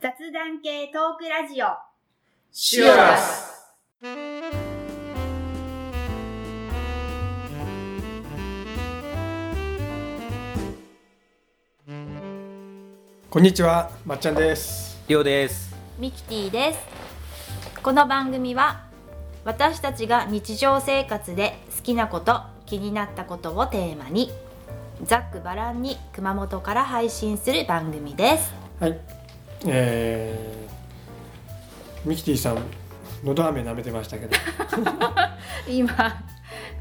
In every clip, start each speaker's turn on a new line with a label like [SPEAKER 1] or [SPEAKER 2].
[SPEAKER 1] 雑談系トークラジオ。
[SPEAKER 2] シュアス
[SPEAKER 3] こんにちは、まっちゃんです。
[SPEAKER 4] りょうです
[SPEAKER 5] ミキティですこの番組は私たちが日常生活で好きなこと気になったことをテーマにざっくばらんに熊本から配信する番組です
[SPEAKER 3] はい。えー、ミキティさん、のど飴舐めてましたけど、
[SPEAKER 5] 今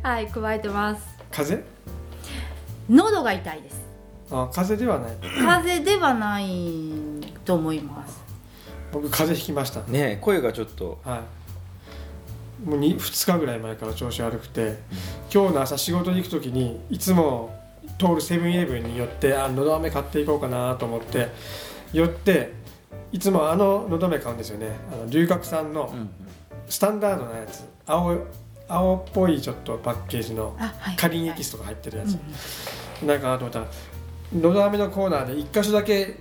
[SPEAKER 5] はい加えてます
[SPEAKER 3] 風邪
[SPEAKER 5] 喉が痛いです
[SPEAKER 3] あ、風邪ではない。
[SPEAKER 5] 風邪ではないと思います
[SPEAKER 3] 僕、風邪ひきました。
[SPEAKER 4] ねえ声がちょっと
[SPEAKER 3] はい。もう 2, 2日ぐらい前から調子悪くて、今日の朝仕事に行く時にいつも通るセブンイレブンに寄ってあのど飴買っていこうかなと思って寄っていつもあののど飴買うんですよねあの龍角散の
[SPEAKER 4] ん
[SPEAKER 3] スタンダードなやつ青い青っぽいちょっとパッケージの
[SPEAKER 5] あはい
[SPEAKER 3] カリンエキスとか入ってるやつ、なんかなと思ったらのど飴のコーナーで1箇所だけ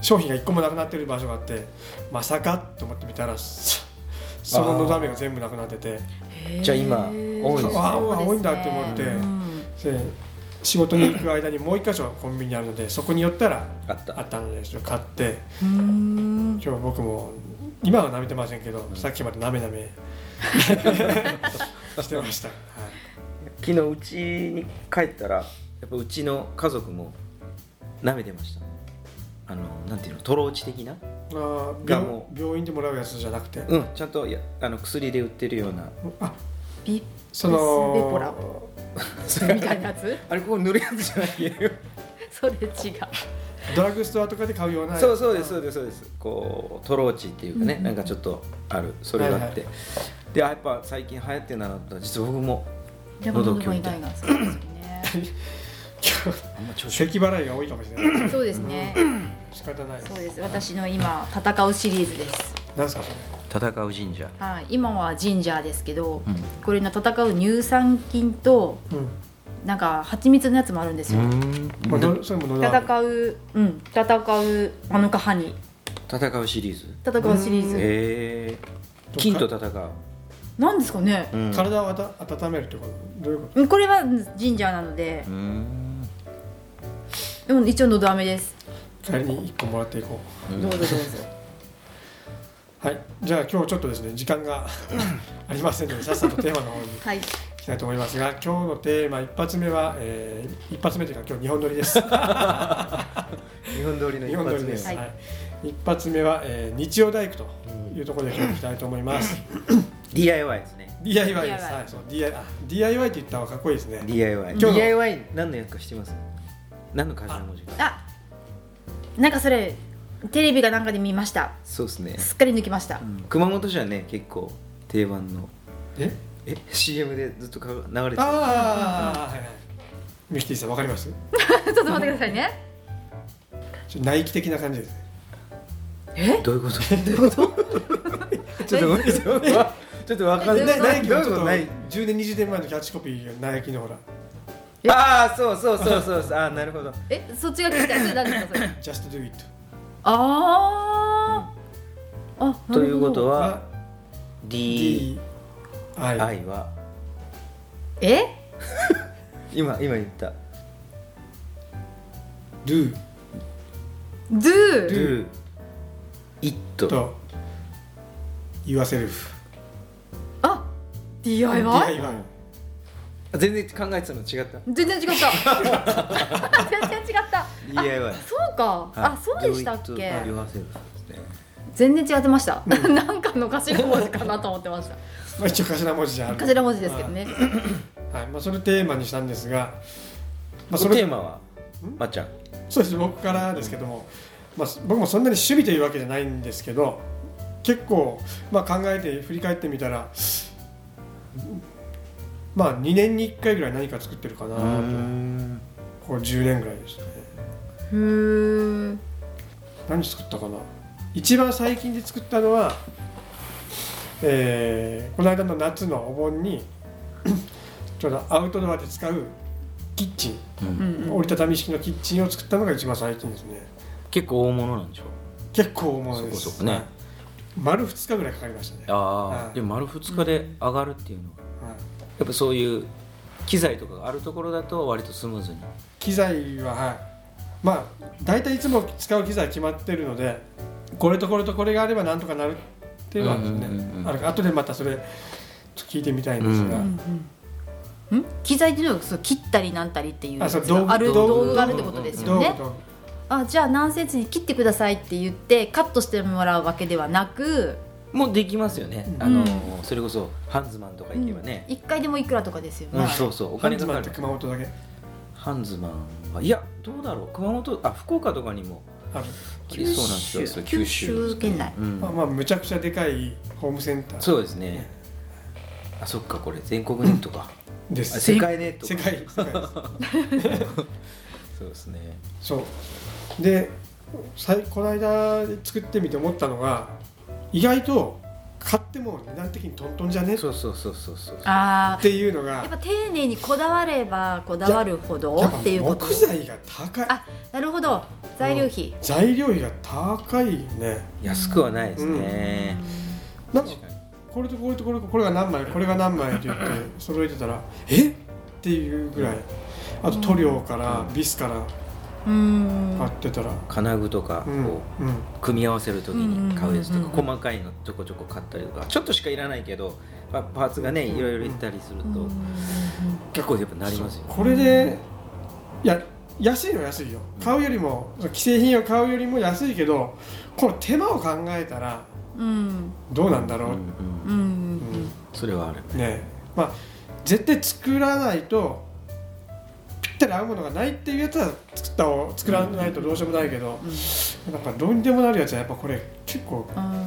[SPEAKER 3] 商品が1個もなくなってる場所があってまさかと思って見たらそそののど飴が全部なくなってて
[SPEAKER 4] じゃあ今多いですね
[SPEAKER 3] ああ多いんだって思って、
[SPEAKER 5] うん
[SPEAKER 3] で仕事に行く間にもう1箇所コンビニあるのでそこに寄ったら
[SPEAKER 4] あった
[SPEAKER 3] あったのでそれ買って
[SPEAKER 5] うん
[SPEAKER 3] 今日僕も今は舐めてませんけどさっきまでなめな めしてました、はい
[SPEAKER 4] 昨日うちに帰ったらやっぱうちの家族も舐めてましたあのなんていうのトローチ的な
[SPEAKER 3] あー
[SPEAKER 4] が
[SPEAKER 3] 病
[SPEAKER 4] も
[SPEAKER 3] 病院でもらうやつじゃなくて、
[SPEAKER 4] うんちゃんとやあの薬で売ってるような
[SPEAKER 3] あ
[SPEAKER 5] ビ
[SPEAKER 3] そ
[SPEAKER 5] ベポラ
[SPEAKER 3] の
[SPEAKER 5] ッみたいなや つ
[SPEAKER 4] あれここ塗るやつじゃないよ
[SPEAKER 5] それ違う
[SPEAKER 3] ドラッグストアとかで買うような
[SPEAKER 4] そうそうですそうですそうですこうトローチっていうかね、なんかちょっとあるそれがあって、
[SPEAKER 3] は
[SPEAKER 4] であやっぱ最近流行ってるんだなと思ったら実は僕も
[SPEAKER 5] でも喉も痛いなそうですよね
[SPEAKER 3] 今
[SPEAKER 4] あんま調
[SPEAKER 3] 日
[SPEAKER 4] 子が
[SPEAKER 3] 咳払いが多いかもし れない
[SPEAKER 5] そうですね。
[SPEAKER 3] 仕方ない
[SPEAKER 5] そうです。私の今戦うシリーズです。
[SPEAKER 3] なんすかそれ
[SPEAKER 4] 戦う神社
[SPEAKER 5] はい。今はジンジャーですけど、
[SPEAKER 4] うん
[SPEAKER 5] これの戦う乳酸菌と
[SPEAKER 3] う
[SPEAKER 5] なんか蜂蜜のやつもあるんですよ。
[SPEAKER 3] ん、まあ、どそれも喉飴
[SPEAKER 5] 戦う、うん、戦う7日歯に
[SPEAKER 4] 戦うシリーズ
[SPEAKER 5] 戦うシリーズ。
[SPEAKER 4] へえ金と戦う、
[SPEAKER 5] なんですかね。
[SPEAKER 4] うん
[SPEAKER 3] 体をあた温めるってことどういうこ
[SPEAKER 5] うんこれはジンジャーなので
[SPEAKER 4] う、ん
[SPEAKER 5] でも一応のど飴です。
[SPEAKER 3] と帰りに1個もらっていこ
[SPEAKER 5] どうぞどうぞ。
[SPEAKER 3] うはいじゃあ今日ちょっとですね時 間がありませんのでさっさとテーマの方に
[SPEAKER 5] はい。
[SPEAKER 3] いきたいと思いますが今日のテーマ一発目は、えー、一発目というか今日2本撮りです
[SPEAKER 4] 日本通りの
[SPEAKER 3] 日
[SPEAKER 4] 一
[SPEAKER 3] 本撮り
[SPEAKER 4] 発
[SPEAKER 3] で
[SPEAKER 4] 目
[SPEAKER 3] す、は
[SPEAKER 5] はいい
[SPEAKER 3] 一発目は、えー日曜大工というところで今日いきたいと思います、
[SPEAKER 4] DIY ですね
[SPEAKER 3] DIY です、
[SPEAKER 5] DIY
[SPEAKER 3] はい、そう DIY あ DIY って言った方がかっこいいですね
[SPEAKER 4] DIY
[SPEAKER 3] 今日の
[SPEAKER 4] DIY 何の役か知ってます何の頭文字か
[SPEAKER 5] あ、なんかそれテレビかなんかで見ました。
[SPEAKER 4] そうですね、
[SPEAKER 5] すっかり抜きました
[SPEAKER 4] う。ん熊本市はね結構定番の
[SPEAKER 3] え
[SPEAKER 4] え CM でずっとか流れてる
[SPEAKER 3] ああ、はいはいミキティさんわかります
[SPEAKER 5] ちょっと待ってくださいね。
[SPEAKER 3] ちょナイキ的な感じですね
[SPEAKER 4] どういうこと ちょっと待ってちょっとわ ちょっとわかんない
[SPEAKER 3] ナナイキ
[SPEAKER 4] どうい
[SPEAKER 3] の
[SPEAKER 4] う
[SPEAKER 3] ちょっ
[SPEAKER 4] こと
[SPEAKER 3] と
[SPEAKER 4] ない
[SPEAKER 3] 10年20年前のキャッチコピーがナイキのほら
[SPEAKER 4] ああそうそうそうそうそうああなるほど
[SPEAKER 5] え、そっちが聞きたい。それ何ですかそれ。
[SPEAKER 3] 「Just do it
[SPEAKER 5] あーあ、
[SPEAKER 4] というこ
[SPEAKER 5] は
[SPEAKER 4] と」
[SPEAKER 3] は
[SPEAKER 4] は DI
[SPEAKER 3] DI はい
[SPEAKER 4] は
[SPEAKER 5] え
[SPEAKER 4] 今今言った
[SPEAKER 3] Do
[SPEAKER 5] do
[SPEAKER 4] Do It
[SPEAKER 3] と Yourself
[SPEAKER 5] あ DIY?
[SPEAKER 3] DIY
[SPEAKER 4] あ全然考えてたの違った
[SPEAKER 5] 全然違った 全然違った
[SPEAKER 4] DIY
[SPEAKER 5] そうかあそうでしたっけ
[SPEAKER 4] 両派生ですね
[SPEAKER 5] 全然違ってました なんかの頭文字かなと思ってました
[SPEAKER 3] まあ一応頭文字じゃあ る
[SPEAKER 5] 頭文字ですけどね
[SPEAKER 3] はいまあ、それテーマにしたんですが、まあ、そ
[SPEAKER 4] そのテ
[SPEAKER 3] れ
[SPEAKER 4] ーマはまっちゃん
[SPEAKER 3] そうです僕からですけども、まあ、僕もそんなに趣味というわけじゃないんですけど結構、まあ、考えて振り返ってみたら、まあ、2年に1回ぐらい何か作ってるかなとこう10年ぐらいですね
[SPEAKER 5] ふー
[SPEAKER 3] 何作ったかな一番最近で作ったのは、えーこの間の夏のお盆にちょうどアウトドアで使うキッチン
[SPEAKER 5] うん
[SPEAKER 3] 折りたたみ式のキッチンを作ったのが一番最近ですね
[SPEAKER 4] 結構大物なんでしょ
[SPEAKER 3] 結構重いです
[SPEAKER 4] そこそこね
[SPEAKER 3] はい丸2日ぐらいかかりましたね
[SPEAKER 4] ああ、
[SPEAKER 3] はい
[SPEAKER 4] でも丸2日で上がるっていうのは
[SPEAKER 3] はい
[SPEAKER 4] やっぱそういう機材とかがあるところだと割とスムーズに
[SPEAKER 3] 機材ははいまあ大体いつも使う機材決まってるのでこれとこれとこれがあればなんとかなるっていうのはですね、
[SPEAKER 4] うんうんうんうん
[SPEAKER 3] ある後でまたそれちょっと聞いてみたいんですが、
[SPEAKER 4] う
[SPEAKER 5] うん、機材っていうのはそう切ったりなんたりっていう
[SPEAKER 3] あそう
[SPEAKER 5] やつ
[SPEAKER 3] 道具
[SPEAKER 5] がある
[SPEAKER 3] 道具
[SPEAKER 5] 道具があるってことです
[SPEAKER 3] ど
[SPEAKER 5] よ
[SPEAKER 3] う
[SPEAKER 5] ね。
[SPEAKER 3] ど
[SPEAKER 5] あじゃあ何センチに切ってくださいって言ってカットしてもらうわけではなく、
[SPEAKER 4] もうできますよね、
[SPEAKER 3] うん
[SPEAKER 4] あのそれこそハンズマンとか行けばね、
[SPEAKER 5] 一回でもいくらとかですよ
[SPEAKER 4] うん
[SPEAKER 5] ね。
[SPEAKER 4] そうそう
[SPEAKER 3] う
[SPEAKER 4] お
[SPEAKER 3] ハン
[SPEAKER 4] 金
[SPEAKER 3] ズ
[SPEAKER 4] か
[SPEAKER 3] マン
[SPEAKER 4] か
[SPEAKER 3] って
[SPEAKER 4] る
[SPEAKER 3] 熊本だけ
[SPEAKER 4] ハンズマンはいやどうだろう熊本あ福岡とかにも
[SPEAKER 3] ある、
[SPEAKER 4] ありそうなんですよそう
[SPEAKER 5] 九州
[SPEAKER 4] で
[SPEAKER 5] 九州
[SPEAKER 4] すね
[SPEAKER 5] 圏内
[SPEAKER 4] うん
[SPEAKER 3] まあ、まあむちゃくちゃでかいホームセンター
[SPEAKER 4] そうですねあそっかこれ全国ネットか
[SPEAKER 3] で
[SPEAKER 4] あ
[SPEAKER 3] す
[SPEAKER 4] 世界ネット
[SPEAKER 3] 世界世界です
[SPEAKER 4] そうですね
[SPEAKER 3] そうでさいこの間作ってみて思ったのが意外と買っても値段的にトントンじゃねっ
[SPEAKER 4] そうそうそうそうそう
[SPEAKER 5] あ
[SPEAKER 3] ていうの
[SPEAKER 5] あ
[SPEAKER 3] が
[SPEAKER 5] やっぱ丁寧にこだわればこだわるほど
[SPEAKER 3] や
[SPEAKER 5] っていう
[SPEAKER 3] っ
[SPEAKER 5] こ
[SPEAKER 3] ぱ
[SPEAKER 5] と。
[SPEAKER 3] 木材が高い
[SPEAKER 5] あなるほど材料費。
[SPEAKER 3] 材料費が高いね
[SPEAKER 4] 安くはないですね、
[SPEAKER 3] なんか
[SPEAKER 4] 確かに
[SPEAKER 3] これとこれとこれとこれが何枚これが何枚って言 って揃えてたらえっていうぐらいあと塗料からビスから
[SPEAKER 5] うん
[SPEAKER 3] 買ってたら
[SPEAKER 4] 金具とか
[SPEAKER 3] う
[SPEAKER 4] こ
[SPEAKER 3] んうん
[SPEAKER 4] う組み合わせる時に買うやつ
[SPEAKER 5] うん
[SPEAKER 4] と
[SPEAKER 5] うんうん
[SPEAKER 4] か
[SPEAKER 5] うん
[SPEAKER 4] 細かいのちょこちょこ買ったりとかちょっとしかいらないけどまあパーツがねいろいろいったりすると結構やっぱなりますよね
[SPEAKER 3] これでいや安いのは安いよ買うよりも既製品を買うよりも安いけどこの手間を考えたら
[SPEAKER 5] うん
[SPEAKER 3] どうなんだろう、
[SPEAKER 4] うんうん
[SPEAKER 5] うんうん
[SPEAKER 4] それはある
[SPEAKER 3] ねまあ絶対作らないとぴったり合うものがないっていうやつは作ったを作らないとどうしようもないけど、なんかどうにでもなるやつはやっぱこれ結構、
[SPEAKER 5] う
[SPEAKER 3] うん
[SPEAKER 5] ん
[SPEAKER 4] うん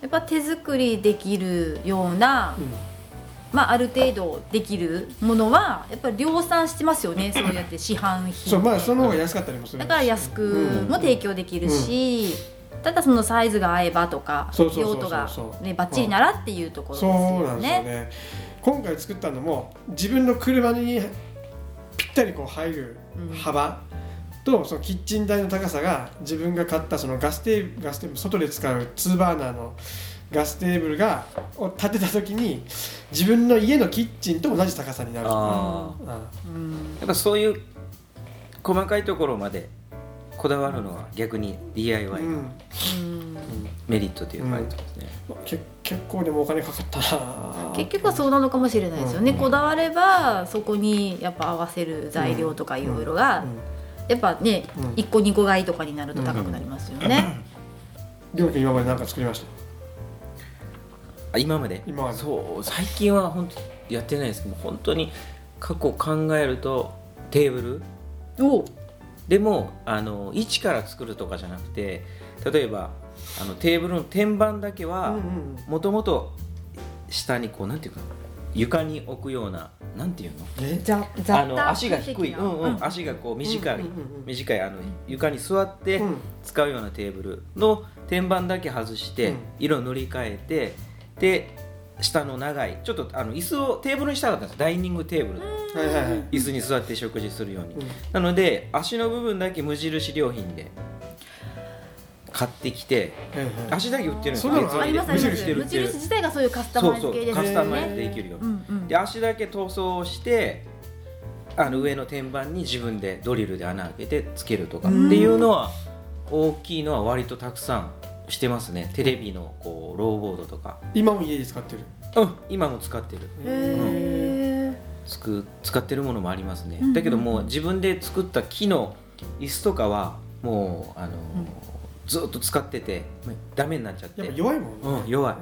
[SPEAKER 5] やっぱ手作りできるような、まあ、ある程度できるものはやっぱり量産してますよねそうやって市販
[SPEAKER 3] そう
[SPEAKER 5] 品
[SPEAKER 3] まあその方が安かったりもする
[SPEAKER 5] だから安くも提供できるし、ただそのサイズが合えばとか
[SPEAKER 3] そうそうそう
[SPEAKER 5] 用
[SPEAKER 3] そう
[SPEAKER 5] 途が
[SPEAKER 3] そうそう
[SPEAKER 5] ねバッチリならっていうところです
[SPEAKER 3] そ
[SPEAKER 5] よ
[SPEAKER 3] うなんです
[SPEAKER 5] ね。
[SPEAKER 3] よね今回作ったのも自分の車にぴったりこう入る幅とそのキッチン台の高さが自分が買ったそのガステーブルガステーブル外で使う2バーナーのガステーブルがを立てた時に自分の家のキッチンと同じ高さになる
[SPEAKER 4] ああ
[SPEAKER 3] うん
[SPEAKER 5] うん
[SPEAKER 4] やっぱそういう細かいところまでこだわるのは逆に DIY
[SPEAKER 3] う
[SPEAKER 4] の
[SPEAKER 3] ん
[SPEAKER 5] うん
[SPEAKER 4] メリットというかあると思いますね
[SPEAKER 3] け結構でもお金かかったな
[SPEAKER 5] 結局はそうなのかもしれないですよね、
[SPEAKER 4] うん
[SPEAKER 5] こだわればそこにやっぱ合わせる材料とかいろいろが、やっぱね、
[SPEAKER 3] うん
[SPEAKER 5] 一1個2個買いとかになると高くなりますよね、
[SPEAKER 3] りょうくん今まで何か作りました
[SPEAKER 4] あ今まで
[SPEAKER 3] 今まで
[SPEAKER 4] そう最近は本当やってないですけど本当に過去考えるとテーブル
[SPEAKER 5] お
[SPEAKER 4] でもあの一から作るとかじゃなくて例えばあのテーブルの天板だけは
[SPEAKER 3] うん
[SPEAKER 4] もともと下にこうなんていうかな床に置くようななんていうの
[SPEAKER 3] え
[SPEAKER 5] ざ雑
[SPEAKER 4] あの足が低い、
[SPEAKER 5] 的
[SPEAKER 4] う
[SPEAKER 5] なん
[SPEAKER 4] うん、足がこう短い、
[SPEAKER 3] うんうんうん
[SPEAKER 4] 短いあの床に座って
[SPEAKER 3] うん
[SPEAKER 4] 使うようなテーブルの天板だけ外して、
[SPEAKER 3] うん
[SPEAKER 4] 色塗り替えてで下の長いちょっとあの椅子をテーブルにしたかったんですダイニングテーブル、
[SPEAKER 3] はいはいはい
[SPEAKER 4] 椅子に座って食事するように、
[SPEAKER 3] うん
[SPEAKER 4] なので足の部分だけ無印良品で買ってきて
[SPEAKER 3] はいはい
[SPEAKER 4] 足だけ売ってるんです
[SPEAKER 3] そうなの
[SPEAKER 5] ありますあり
[SPEAKER 3] 無
[SPEAKER 5] ま
[SPEAKER 3] 印
[SPEAKER 5] す
[SPEAKER 3] で
[SPEAKER 5] 無印自体がそういうカスタ
[SPEAKER 4] そ
[SPEAKER 5] マ
[SPEAKER 4] う
[SPEAKER 5] イ
[SPEAKER 4] そ
[SPEAKER 5] ズ系
[SPEAKER 4] う
[SPEAKER 5] です
[SPEAKER 4] カ
[SPEAKER 5] よ
[SPEAKER 4] ス
[SPEAKER 5] ね
[SPEAKER 4] タマイズできるよう
[SPEAKER 5] う
[SPEAKER 4] に、
[SPEAKER 5] んうん
[SPEAKER 4] で足だけ塗装をしてあの上の天板に自分でドリルで穴開けてつけるとかっていうのは大きいのは割とたくさんしてますねテレビのこうローボードとか、
[SPEAKER 3] 今も家で使ってる
[SPEAKER 4] うん、今も使ってる
[SPEAKER 5] へ
[SPEAKER 4] つく使ってるものもありますね、
[SPEAKER 5] うん
[SPEAKER 4] だけどもう自分で作った木の椅子とかはもうあのー、
[SPEAKER 5] ん
[SPEAKER 4] ずっと使っててもうダメになっちゃって
[SPEAKER 3] やっぱ弱いもんね
[SPEAKER 4] うん、弱い
[SPEAKER 5] ー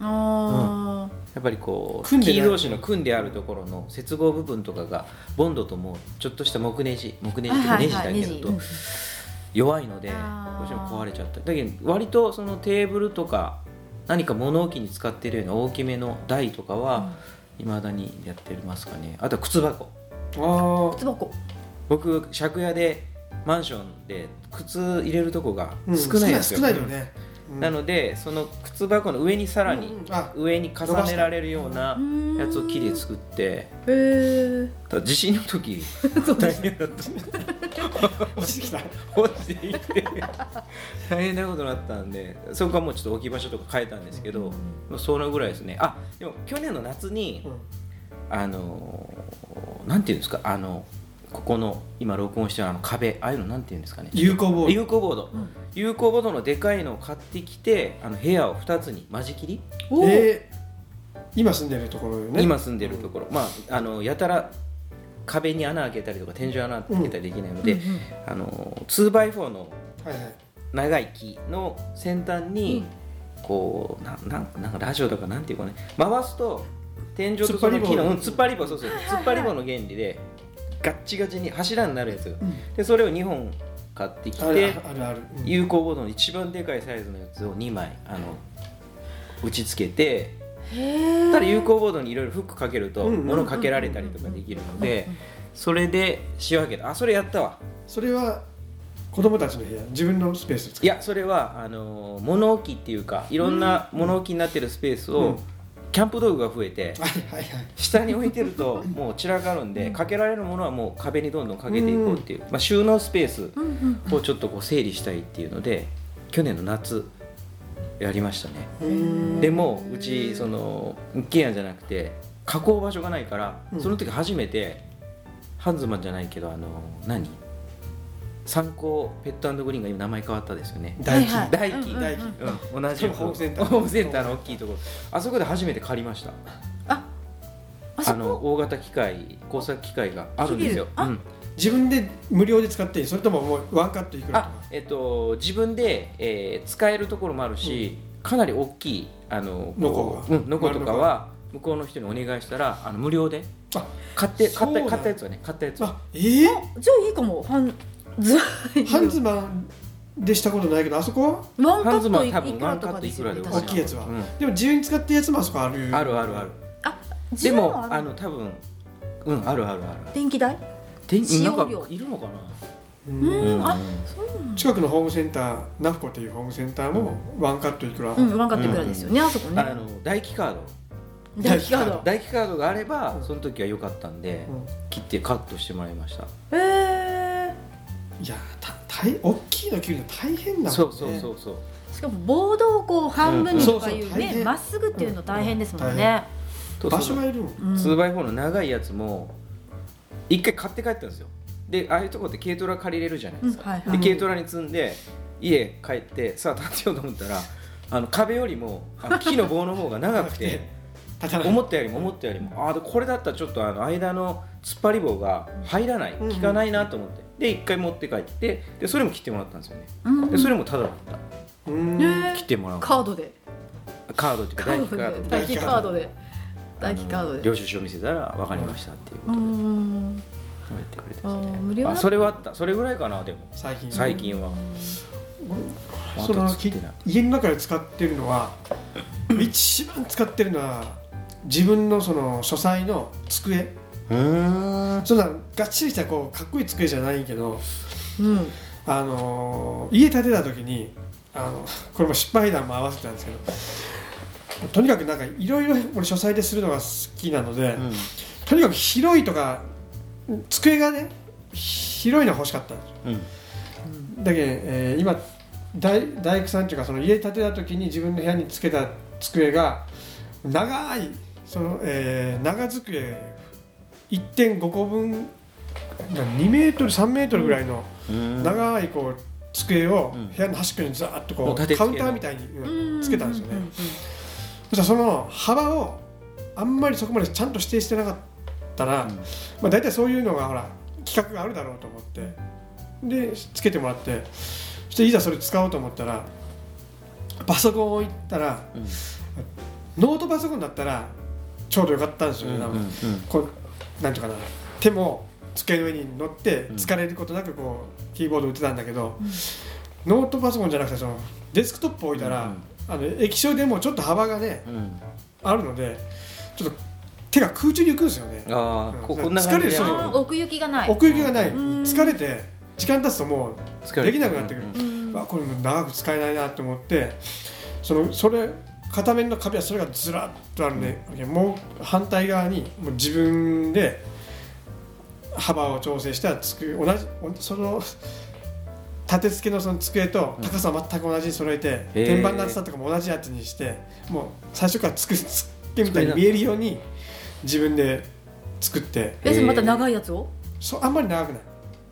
[SPEAKER 5] あー
[SPEAKER 4] やっぱりこう
[SPEAKER 3] 組んでない
[SPEAKER 4] 木同士の組んであるところの接合部分とかがボンドともうちょっとした木ネジ木ネジっていうか
[SPEAKER 5] はい
[SPEAKER 4] ネジ
[SPEAKER 5] はいは
[SPEAKER 4] だ
[SPEAKER 5] い
[SPEAKER 4] け
[SPEAKER 5] ネ
[SPEAKER 4] だ
[SPEAKER 5] ジ
[SPEAKER 4] と弱いので
[SPEAKER 5] あー
[SPEAKER 4] どうしても壊れちゃっただけど割とそのテーブルとか何か物置に使ってるような大きめの台とかは未だにやってますかねあとは靴箱
[SPEAKER 3] ああ
[SPEAKER 5] 靴箱
[SPEAKER 4] 僕借家でマンションで靴入れるとこが
[SPEAKER 3] うん
[SPEAKER 4] 少ないんですよ、
[SPEAKER 3] 少ないよねうん
[SPEAKER 4] なのでその靴箱の上にさら
[SPEAKER 3] う
[SPEAKER 4] に
[SPEAKER 3] んあ
[SPEAKER 4] 上に重ねられるような
[SPEAKER 6] うん
[SPEAKER 4] やつを木で作って
[SPEAKER 6] へー
[SPEAKER 4] ただ地震の 時大変だった
[SPEAKER 3] 落ちてきた
[SPEAKER 4] 落ちてきて大変なことになったんでそこはもうちょっと置き場所とか変えたんですけど、まあそのぐらいですねあでも去年の夏に、あのーなんていうんですかあのここの今録音してるあの壁ああいうのなんていうんですかね
[SPEAKER 3] 有効ボール
[SPEAKER 4] 有効ボード、
[SPEAKER 6] うん
[SPEAKER 4] 有効ボードのでかいのを買ってきてあの部屋を2つに間仕切り、
[SPEAKER 6] おー
[SPEAKER 3] えー今住んでるところよね
[SPEAKER 4] 今住んでるところ、まああのやたら壁に穴開けたりとか天井穴開けたりできないので、
[SPEAKER 6] うんうん
[SPEAKER 4] あの 2x4 の
[SPEAKER 3] はいはい
[SPEAKER 4] 長い木の先端に、こうななんなんかラジオとかなんていうかね回すと天井とその木のうん
[SPEAKER 3] 突
[SPEAKER 4] 突
[SPEAKER 3] っ張
[SPEAKER 4] っ張り棒そうそう突っ張り棒の原理でガッチガチに柱になるやつが、
[SPEAKER 3] ん
[SPEAKER 4] でそれを2本買ってき
[SPEAKER 3] ある
[SPEAKER 4] て
[SPEAKER 3] あるある、うん
[SPEAKER 4] 有効ボードの一番でかいサイズのやつを2枚あの打ち付けて
[SPEAKER 6] へー
[SPEAKER 4] ただ有効ボードにいろいろフックかけると
[SPEAKER 3] うんうん
[SPEAKER 4] 物かけられたりとかできるのでそれで仕分けたあそれやったわ
[SPEAKER 3] それは子供たちの部屋自分のスペースを作
[SPEAKER 4] いやそれはあのー物置っていうかいろんな物置になってるスペース
[SPEAKER 3] う
[SPEAKER 4] を、
[SPEAKER 3] ん
[SPEAKER 4] キャンプ道具が増えて
[SPEAKER 3] はいはいはい
[SPEAKER 4] 下に置いてるともう散らかるんでかけられるものはもう壁にどんどんかけていこうっていう、まあ、収納スペース
[SPEAKER 6] うんうん
[SPEAKER 4] をちょっとこう整理したいっていうので去年の夏やりましたね
[SPEAKER 3] うん
[SPEAKER 4] でもうちその一軒家じゃなくて加工場所がないから、
[SPEAKER 3] うん
[SPEAKER 4] その時初めてハンズマンじゃないけどあの何参考ペットグリーンが今名前変わったですよね
[SPEAKER 3] 大
[SPEAKER 6] はいは
[SPEAKER 3] 金
[SPEAKER 6] い
[SPEAKER 4] 大輝、
[SPEAKER 6] うんうん
[SPEAKER 3] 大輝
[SPEAKER 4] うん同じ
[SPEAKER 3] ホームセンター
[SPEAKER 4] ホームセンターの大きいところあそこで初めて借りました
[SPEAKER 6] ああ
[SPEAKER 4] あ
[SPEAKER 6] そ
[SPEAKER 4] の
[SPEAKER 6] こ
[SPEAKER 4] 大型機械工作機械があるんですよ
[SPEAKER 6] 切れるあ
[SPEAKER 4] あ,、うん、
[SPEAKER 3] 自分で無料で使っていいそれとももうワンカットいくらと
[SPEAKER 4] あ
[SPEAKER 3] か
[SPEAKER 4] えっと自分で、えー使えるところもあるし、かなり大きいあの
[SPEAKER 3] ノコ
[SPEAKER 4] こ
[SPEAKER 3] が
[SPEAKER 4] ううんノコとかは向こうの人にお願いしたらあの無料で
[SPEAKER 3] あ
[SPEAKER 4] 買って
[SPEAKER 3] そう
[SPEAKER 4] 買っ
[SPEAKER 3] な
[SPEAKER 4] た
[SPEAKER 3] んだ
[SPEAKER 4] 買ったやつはね買ったやつは
[SPEAKER 3] あええ
[SPEAKER 6] じゃあいいかもハンズ
[SPEAKER 3] ハンズマンでしたことないけどあそこは
[SPEAKER 6] ワンカ
[SPEAKER 4] ハンズマン
[SPEAKER 6] ッ
[SPEAKER 4] は多
[SPEAKER 6] トいく
[SPEAKER 4] 分
[SPEAKER 6] ら
[SPEAKER 4] ワン
[SPEAKER 6] と
[SPEAKER 4] カ
[SPEAKER 6] か
[SPEAKER 4] ット
[SPEAKER 6] で
[SPEAKER 4] い
[SPEAKER 6] す
[SPEAKER 4] く
[SPEAKER 6] よ
[SPEAKER 4] らで
[SPEAKER 6] ね
[SPEAKER 4] ご
[SPEAKER 6] 確か
[SPEAKER 4] ざ
[SPEAKER 3] 大
[SPEAKER 4] います
[SPEAKER 3] きいやつは、
[SPEAKER 4] うん
[SPEAKER 3] でも自由に使ってるやつもあそこある
[SPEAKER 4] あるあるある
[SPEAKER 6] あ
[SPEAKER 4] で
[SPEAKER 6] 自由
[SPEAKER 4] も
[SPEAKER 6] はあ
[SPEAKER 4] あ
[SPEAKER 6] る
[SPEAKER 4] の多分うんあるあるある
[SPEAKER 6] 電気代
[SPEAKER 4] 天
[SPEAKER 6] 使用
[SPEAKER 4] なん
[SPEAKER 6] 量
[SPEAKER 4] かいるのかな
[SPEAKER 3] うん
[SPEAKER 6] うんあ
[SPEAKER 4] そう
[SPEAKER 3] 近くのホームセンターナフコというホームセンターもワンカットいくら、
[SPEAKER 6] うんワンカットいくらですよねあそこ
[SPEAKER 4] あ
[SPEAKER 6] ね
[SPEAKER 4] の大輝カード
[SPEAKER 6] 電気カード
[SPEAKER 4] 大輝カードがあれば
[SPEAKER 3] うん
[SPEAKER 4] その時は良かったんで、
[SPEAKER 3] うん
[SPEAKER 4] 切ってカットしてもらいました、
[SPEAKER 6] へえ
[SPEAKER 3] いやた大大きいの切るの大変だもんね
[SPEAKER 4] そうそうそうそう
[SPEAKER 6] しかもボードをこう半分にとかい
[SPEAKER 3] うん
[SPEAKER 6] う
[SPEAKER 3] そうそう大
[SPEAKER 6] ね
[SPEAKER 3] 変
[SPEAKER 6] まっすぐっていうの大変ですもんね
[SPEAKER 4] と
[SPEAKER 3] 場所
[SPEAKER 4] そ
[SPEAKER 3] が
[SPEAKER 4] の
[SPEAKER 3] いるもん
[SPEAKER 6] うん
[SPEAKER 4] 2x4 の長いやつも一回買って帰ったんですよでああいうとこって軽トラ借りれるじゃないですか、
[SPEAKER 6] うんはいはい
[SPEAKER 4] で軽トラに積んで家帰ってさあ立てようと思ったらあの壁よりもあの木の棒の方が長くて
[SPEAKER 3] 立たない
[SPEAKER 4] 思ったよりも思ったよりもああこれだったらちょっとあの間の突っ張り棒が入らない
[SPEAKER 3] んうん
[SPEAKER 4] 効かないなと思ってで一回持って帰ってでそれも切ってもらったんですよね
[SPEAKER 6] うん
[SPEAKER 4] でそれもただだった
[SPEAKER 3] うん
[SPEAKER 6] ね
[SPEAKER 4] 切ってもらう
[SPEAKER 6] カードで
[SPEAKER 4] カードっていうか
[SPEAKER 6] カ
[SPEAKER 4] 大
[SPEAKER 6] ー
[SPEAKER 4] 輝カ
[SPEAKER 6] ド
[SPEAKER 4] ー
[SPEAKER 6] で
[SPEAKER 4] ド
[SPEAKER 6] 大気カードで大気カードで
[SPEAKER 4] 領収書を見せたら分かりましたっていうこ
[SPEAKER 6] う
[SPEAKER 4] とで
[SPEAKER 6] ん
[SPEAKER 4] やってくれて
[SPEAKER 6] あ
[SPEAKER 4] ま
[SPEAKER 6] ー
[SPEAKER 4] すね
[SPEAKER 6] 無料だ
[SPEAKER 4] あそれはあったそれぐらいかなでも
[SPEAKER 3] 最近
[SPEAKER 4] 最近は
[SPEAKER 3] その
[SPEAKER 4] また作ってない
[SPEAKER 3] き家の中で使ってるのは一番使ってるのは自分のその書斎の机
[SPEAKER 4] うん
[SPEAKER 3] そんながっちりしたこうかっこいい机じゃないけど、
[SPEAKER 6] うん
[SPEAKER 3] あのー家建てた時にあの これも失敗談も合わせたんですけどとにかくなんかいろいろ俺書斎でするのが好きなので、とにかく広いとか机がね広いのが欲しかったんですよ
[SPEAKER 4] うん
[SPEAKER 3] だけど、えー今大大工さんっていうかその家建てた時に自分の部屋につけた机が長いその、えー長机1.5個分2メートル3メートルぐらいの
[SPEAKER 4] うん
[SPEAKER 3] 長いこう机を
[SPEAKER 4] うん
[SPEAKER 3] 部屋の端っこにザーッと
[SPEAKER 4] も
[SPEAKER 3] こ
[SPEAKER 4] う
[SPEAKER 3] う、
[SPEAKER 4] 立て付
[SPEAKER 3] カ
[SPEAKER 4] け
[SPEAKER 3] ウ
[SPEAKER 4] の
[SPEAKER 3] ンターみたいにうんつけたんですよね、
[SPEAKER 6] うう
[SPEAKER 3] そしたらその幅をあんまりそこまでちゃんと指定してなかったら、
[SPEAKER 4] うん
[SPEAKER 3] まあ、大体そういうのがほら企画があるだろうと思ってでつけてもらってそしていざそれ使おうと思ったらパソコンを置いたら、
[SPEAKER 4] うん
[SPEAKER 3] ノートパソコンだったらちょうどよかったんですよね、多分こうなんていうかな手も机の上に乗って
[SPEAKER 4] うん
[SPEAKER 3] 疲れることなくこうキーボード打ってたんだけど、ノートパソコンじゃなくてそのデスクトップ置いたら、
[SPEAKER 4] うん
[SPEAKER 3] あの液晶でもちょっと幅がね
[SPEAKER 4] うんうん
[SPEAKER 3] あるのでちょっと手が空中に浮くんですよね
[SPEAKER 4] あ
[SPEAKER 3] うん
[SPEAKER 4] あここんな感じで
[SPEAKER 3] 疲れる
[SPEAKER 6] あー奥行きがない
[SPEAKER 3] 奥行きがない
[SPEAKER 6] うん
[SPEAKER 3] 疲れて時間経つとも
[SPEAKER 4] 疲
[SPEAKER 3] う
[SPEAKER 4] れる
[SPEAKER 3] できなくなってくる
[SPEAKER 4] うん
[SPEAKER 6] うん
[SPEAKER 3] うわこれもう長く使えないなと思ってそのそれ片面の壁はそれがずらっとあるんで、もう反対側にもう自分で幅を調整した机同じその立て付けのその机と高さ全く同じに揃えて、
[SPEAKER 4] へー
[SPEAKER 3] 天板の厚さとかも同じやつにしてもう最初から机机みたいに見えるように自分で作って
[SPEAKER 4] え
[SPEAKER 5] えそれまた長いやつを
[SPEAKER 3] そうあんまり長くない、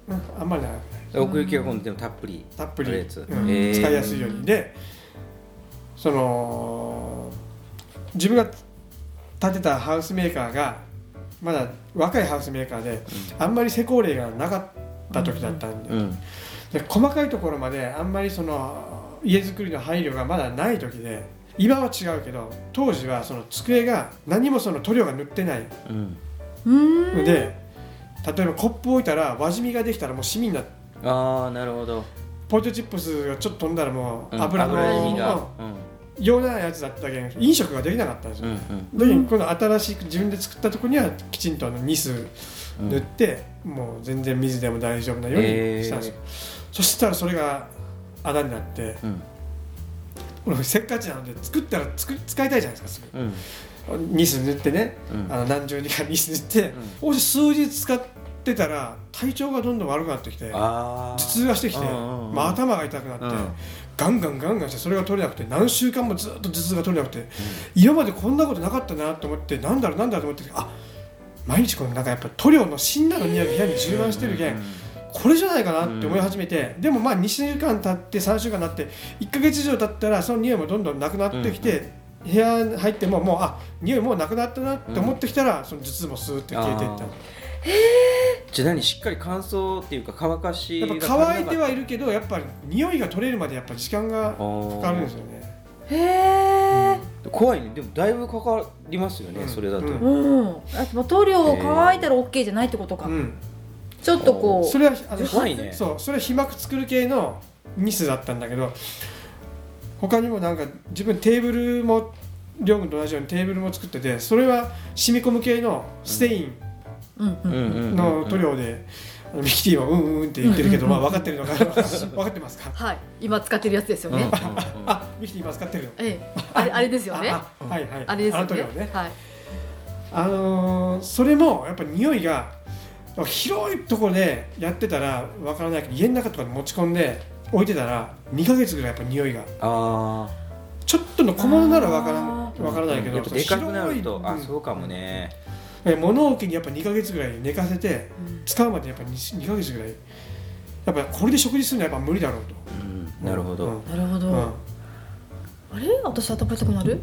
[SPEAKER 3] うん、あんまり長くない。
[SPEAKER 4] 奥行きがほんとでもたっぷり
[SPEAKER 3] たっぷ
[SPEAKER 4] ある
[SPEAKER 3] り、
[SPEAKER 4] やつ
[SPEAKER 3] うん
[SPEAKER 4] へー
[SPEAKER 3] 使いやすいようにでその自分が建てたハウスメーカーがまだ若いハウスメーカーで、あんまり施工例がなかった時だったんで,、
[SPEAKER 4] うん
[SPEAKER 3] で細かいところまであんまりその家づくりの配慮がまだない時で今は違うけど当時はその机が何もその塗料が塗ってない
[SPEAKER 4] うん
[SPEAKER 5] うん
[SPEAKER 3] ので、例えばコップを置いたら輪染みができたらもうシミになって
[SPEAKER 4] ああなるほど
[SPEAKER 3] ポテトチップスがちょっと飛んだらもう
[SPEAKER 4] うん
[SPEAKER 3] 油の、
[SPEAKER 4] 油染みが
[SPEAKER 3] うんようなやつだったけん飲食ができなかったんです
[SPEAKER 4] う
[SPEAKER 3] よ、
[SPEAKER 4] ん
[SPEAKER 3] だけどこの新しく自分で作ったところにはきちんとあのニス
[SPEAKER 4] うん
[SPEAKER 3] 塗って、もう全然水でも大丈夫なようにしたんですよ、そしたらそれが穴になって
[SPEAKER 4] うん
[SPEAKER 3] 俺せっかちなので作ったら作使いたいじゃないですかす
[SPEAKER 4] うんうん
[SPEAKER 3] ぐニス塗ってね、
[SPEAKER 4] うん
[SPEAKER 3] あの何十にかニス塗って、もし数日使ってたら体調がどんどん悪くなってきて頭
[SPEAKER 4] ああ
[SPEAKER 3] 痛がしてきて、
[SPEAKER 4] うんうんうん
[SPEAKER 3] まあ、頭が痛くなって、
[SPEAKER 4] うん
[SPEAKER 3] ガンガンガンガンしてそれが取れなくて何週間もずっと頭痛が取れなくて、今までこんなことなかったなと思ってなんだろうなんだろうと思ってあ毎日このなんかやっぱ塗料の死んだの匂いが部屋に充満してるけん、これじゃないかなって思い始めて、でもまあ2週間経って3週間経って1か月以上経ったらその匂いもどんどんなくなってきて、部屋に入ってももうあ匂いもうなくなったなって思ってきたら、その頭痛もスーッて消えていった
[SPEAKER 4] あーじゃあ何しっかり乾燥っていうか乾かし
[SPEAKER 3] やっぱ乾いてはいるけどやっぱり匂いが取れるまでやっぱ時間がか
[SPEAKER 4] 変
[SPEAKER 3] かるんですよね。
[SPEAKER 5] へえ
[SPEAKER 4] 怖いねでもだいぶかかりますよね、
[SPEAKER 3] うん
[SPEAKER 4] それだと、
[SPEAKER 3] うん
[SPEAKER 5] うんあもう塗料乾いたら OK じゃないってことか、
[SPEAKER 3] うん
[SPEAKER 5] ちょっとこ
[SPEAKER 3] それはあの
[SPEAKER 4] 怖いね
[SPEAKER 3] そうそれは被膜作る系のミスだったんだけど他にもなんか自分テーブルも両軍と同じようにテーブルも作っててそれは染み込む系のステイ
[SPEAKER 5] う、うんう、
[SPEAKER 4] うんんうん
[SPEAKER 3] ンの塗料で、あのミキティはうんうんって言ってるけど、
[SPEAKER 5] うんうん
[SPEAKER 3] ま
[SPEAKER 5] う
[SPEAKER 3] あ、
[SPEAKER 5] ん
[SPEAKER 3] 分かってるのか 分かってますか
[SPEAKER 5] はい今使ってるやつですよ
[SPEAKER 4] うんうんうん
[SPEAKER 5] ね、
[SPEAKER 3] あミキティ今使ってるの
[SPEAKER 5] ええあれあれですよね
[SPEAKER 3] ああはいはい
[SPEAKER 5] あれです
[SPEAKER 3] あ
[SPEAKER 5] よ
[SPEAKER 3] の塗料ね
[SPEAKER 5] ねはい
[SPEAKER 3] あのーそれもやっぱ匂いが広いところでやってたらわからないけど家の中とかに持ち込んで置いてたら2ヶ月ぐらいやっぱ匂いが
[SPEAKER 4] ああ
[SPEAKER 3] ちょっとの小物ならわから
[SPEAKER 5] あ
[SPEAKER 3] んわからないけど、
[SPEAKER 4] やっぱでかくなると
[SPEAKER 3] 広い
[SPEAKER 4] あそうかもね
[SPEAKER 3] うん物置にやっぱ2ヶ月ぐらい寝かせて
[SPEAKER 5] うん
[SPEAKER 3] 使うまでやっぱ 2, ヶ月ぐらいやっぱこれで食事するのはやっぱ無理だろうと、
[SPEAKER 4] うんなるほど、
[SPEAKER 3] うん
[SPEAKER 5] なるほど、
[SPEAKER 3] うん
[SPEAKER 5] あれ私頭痛く なる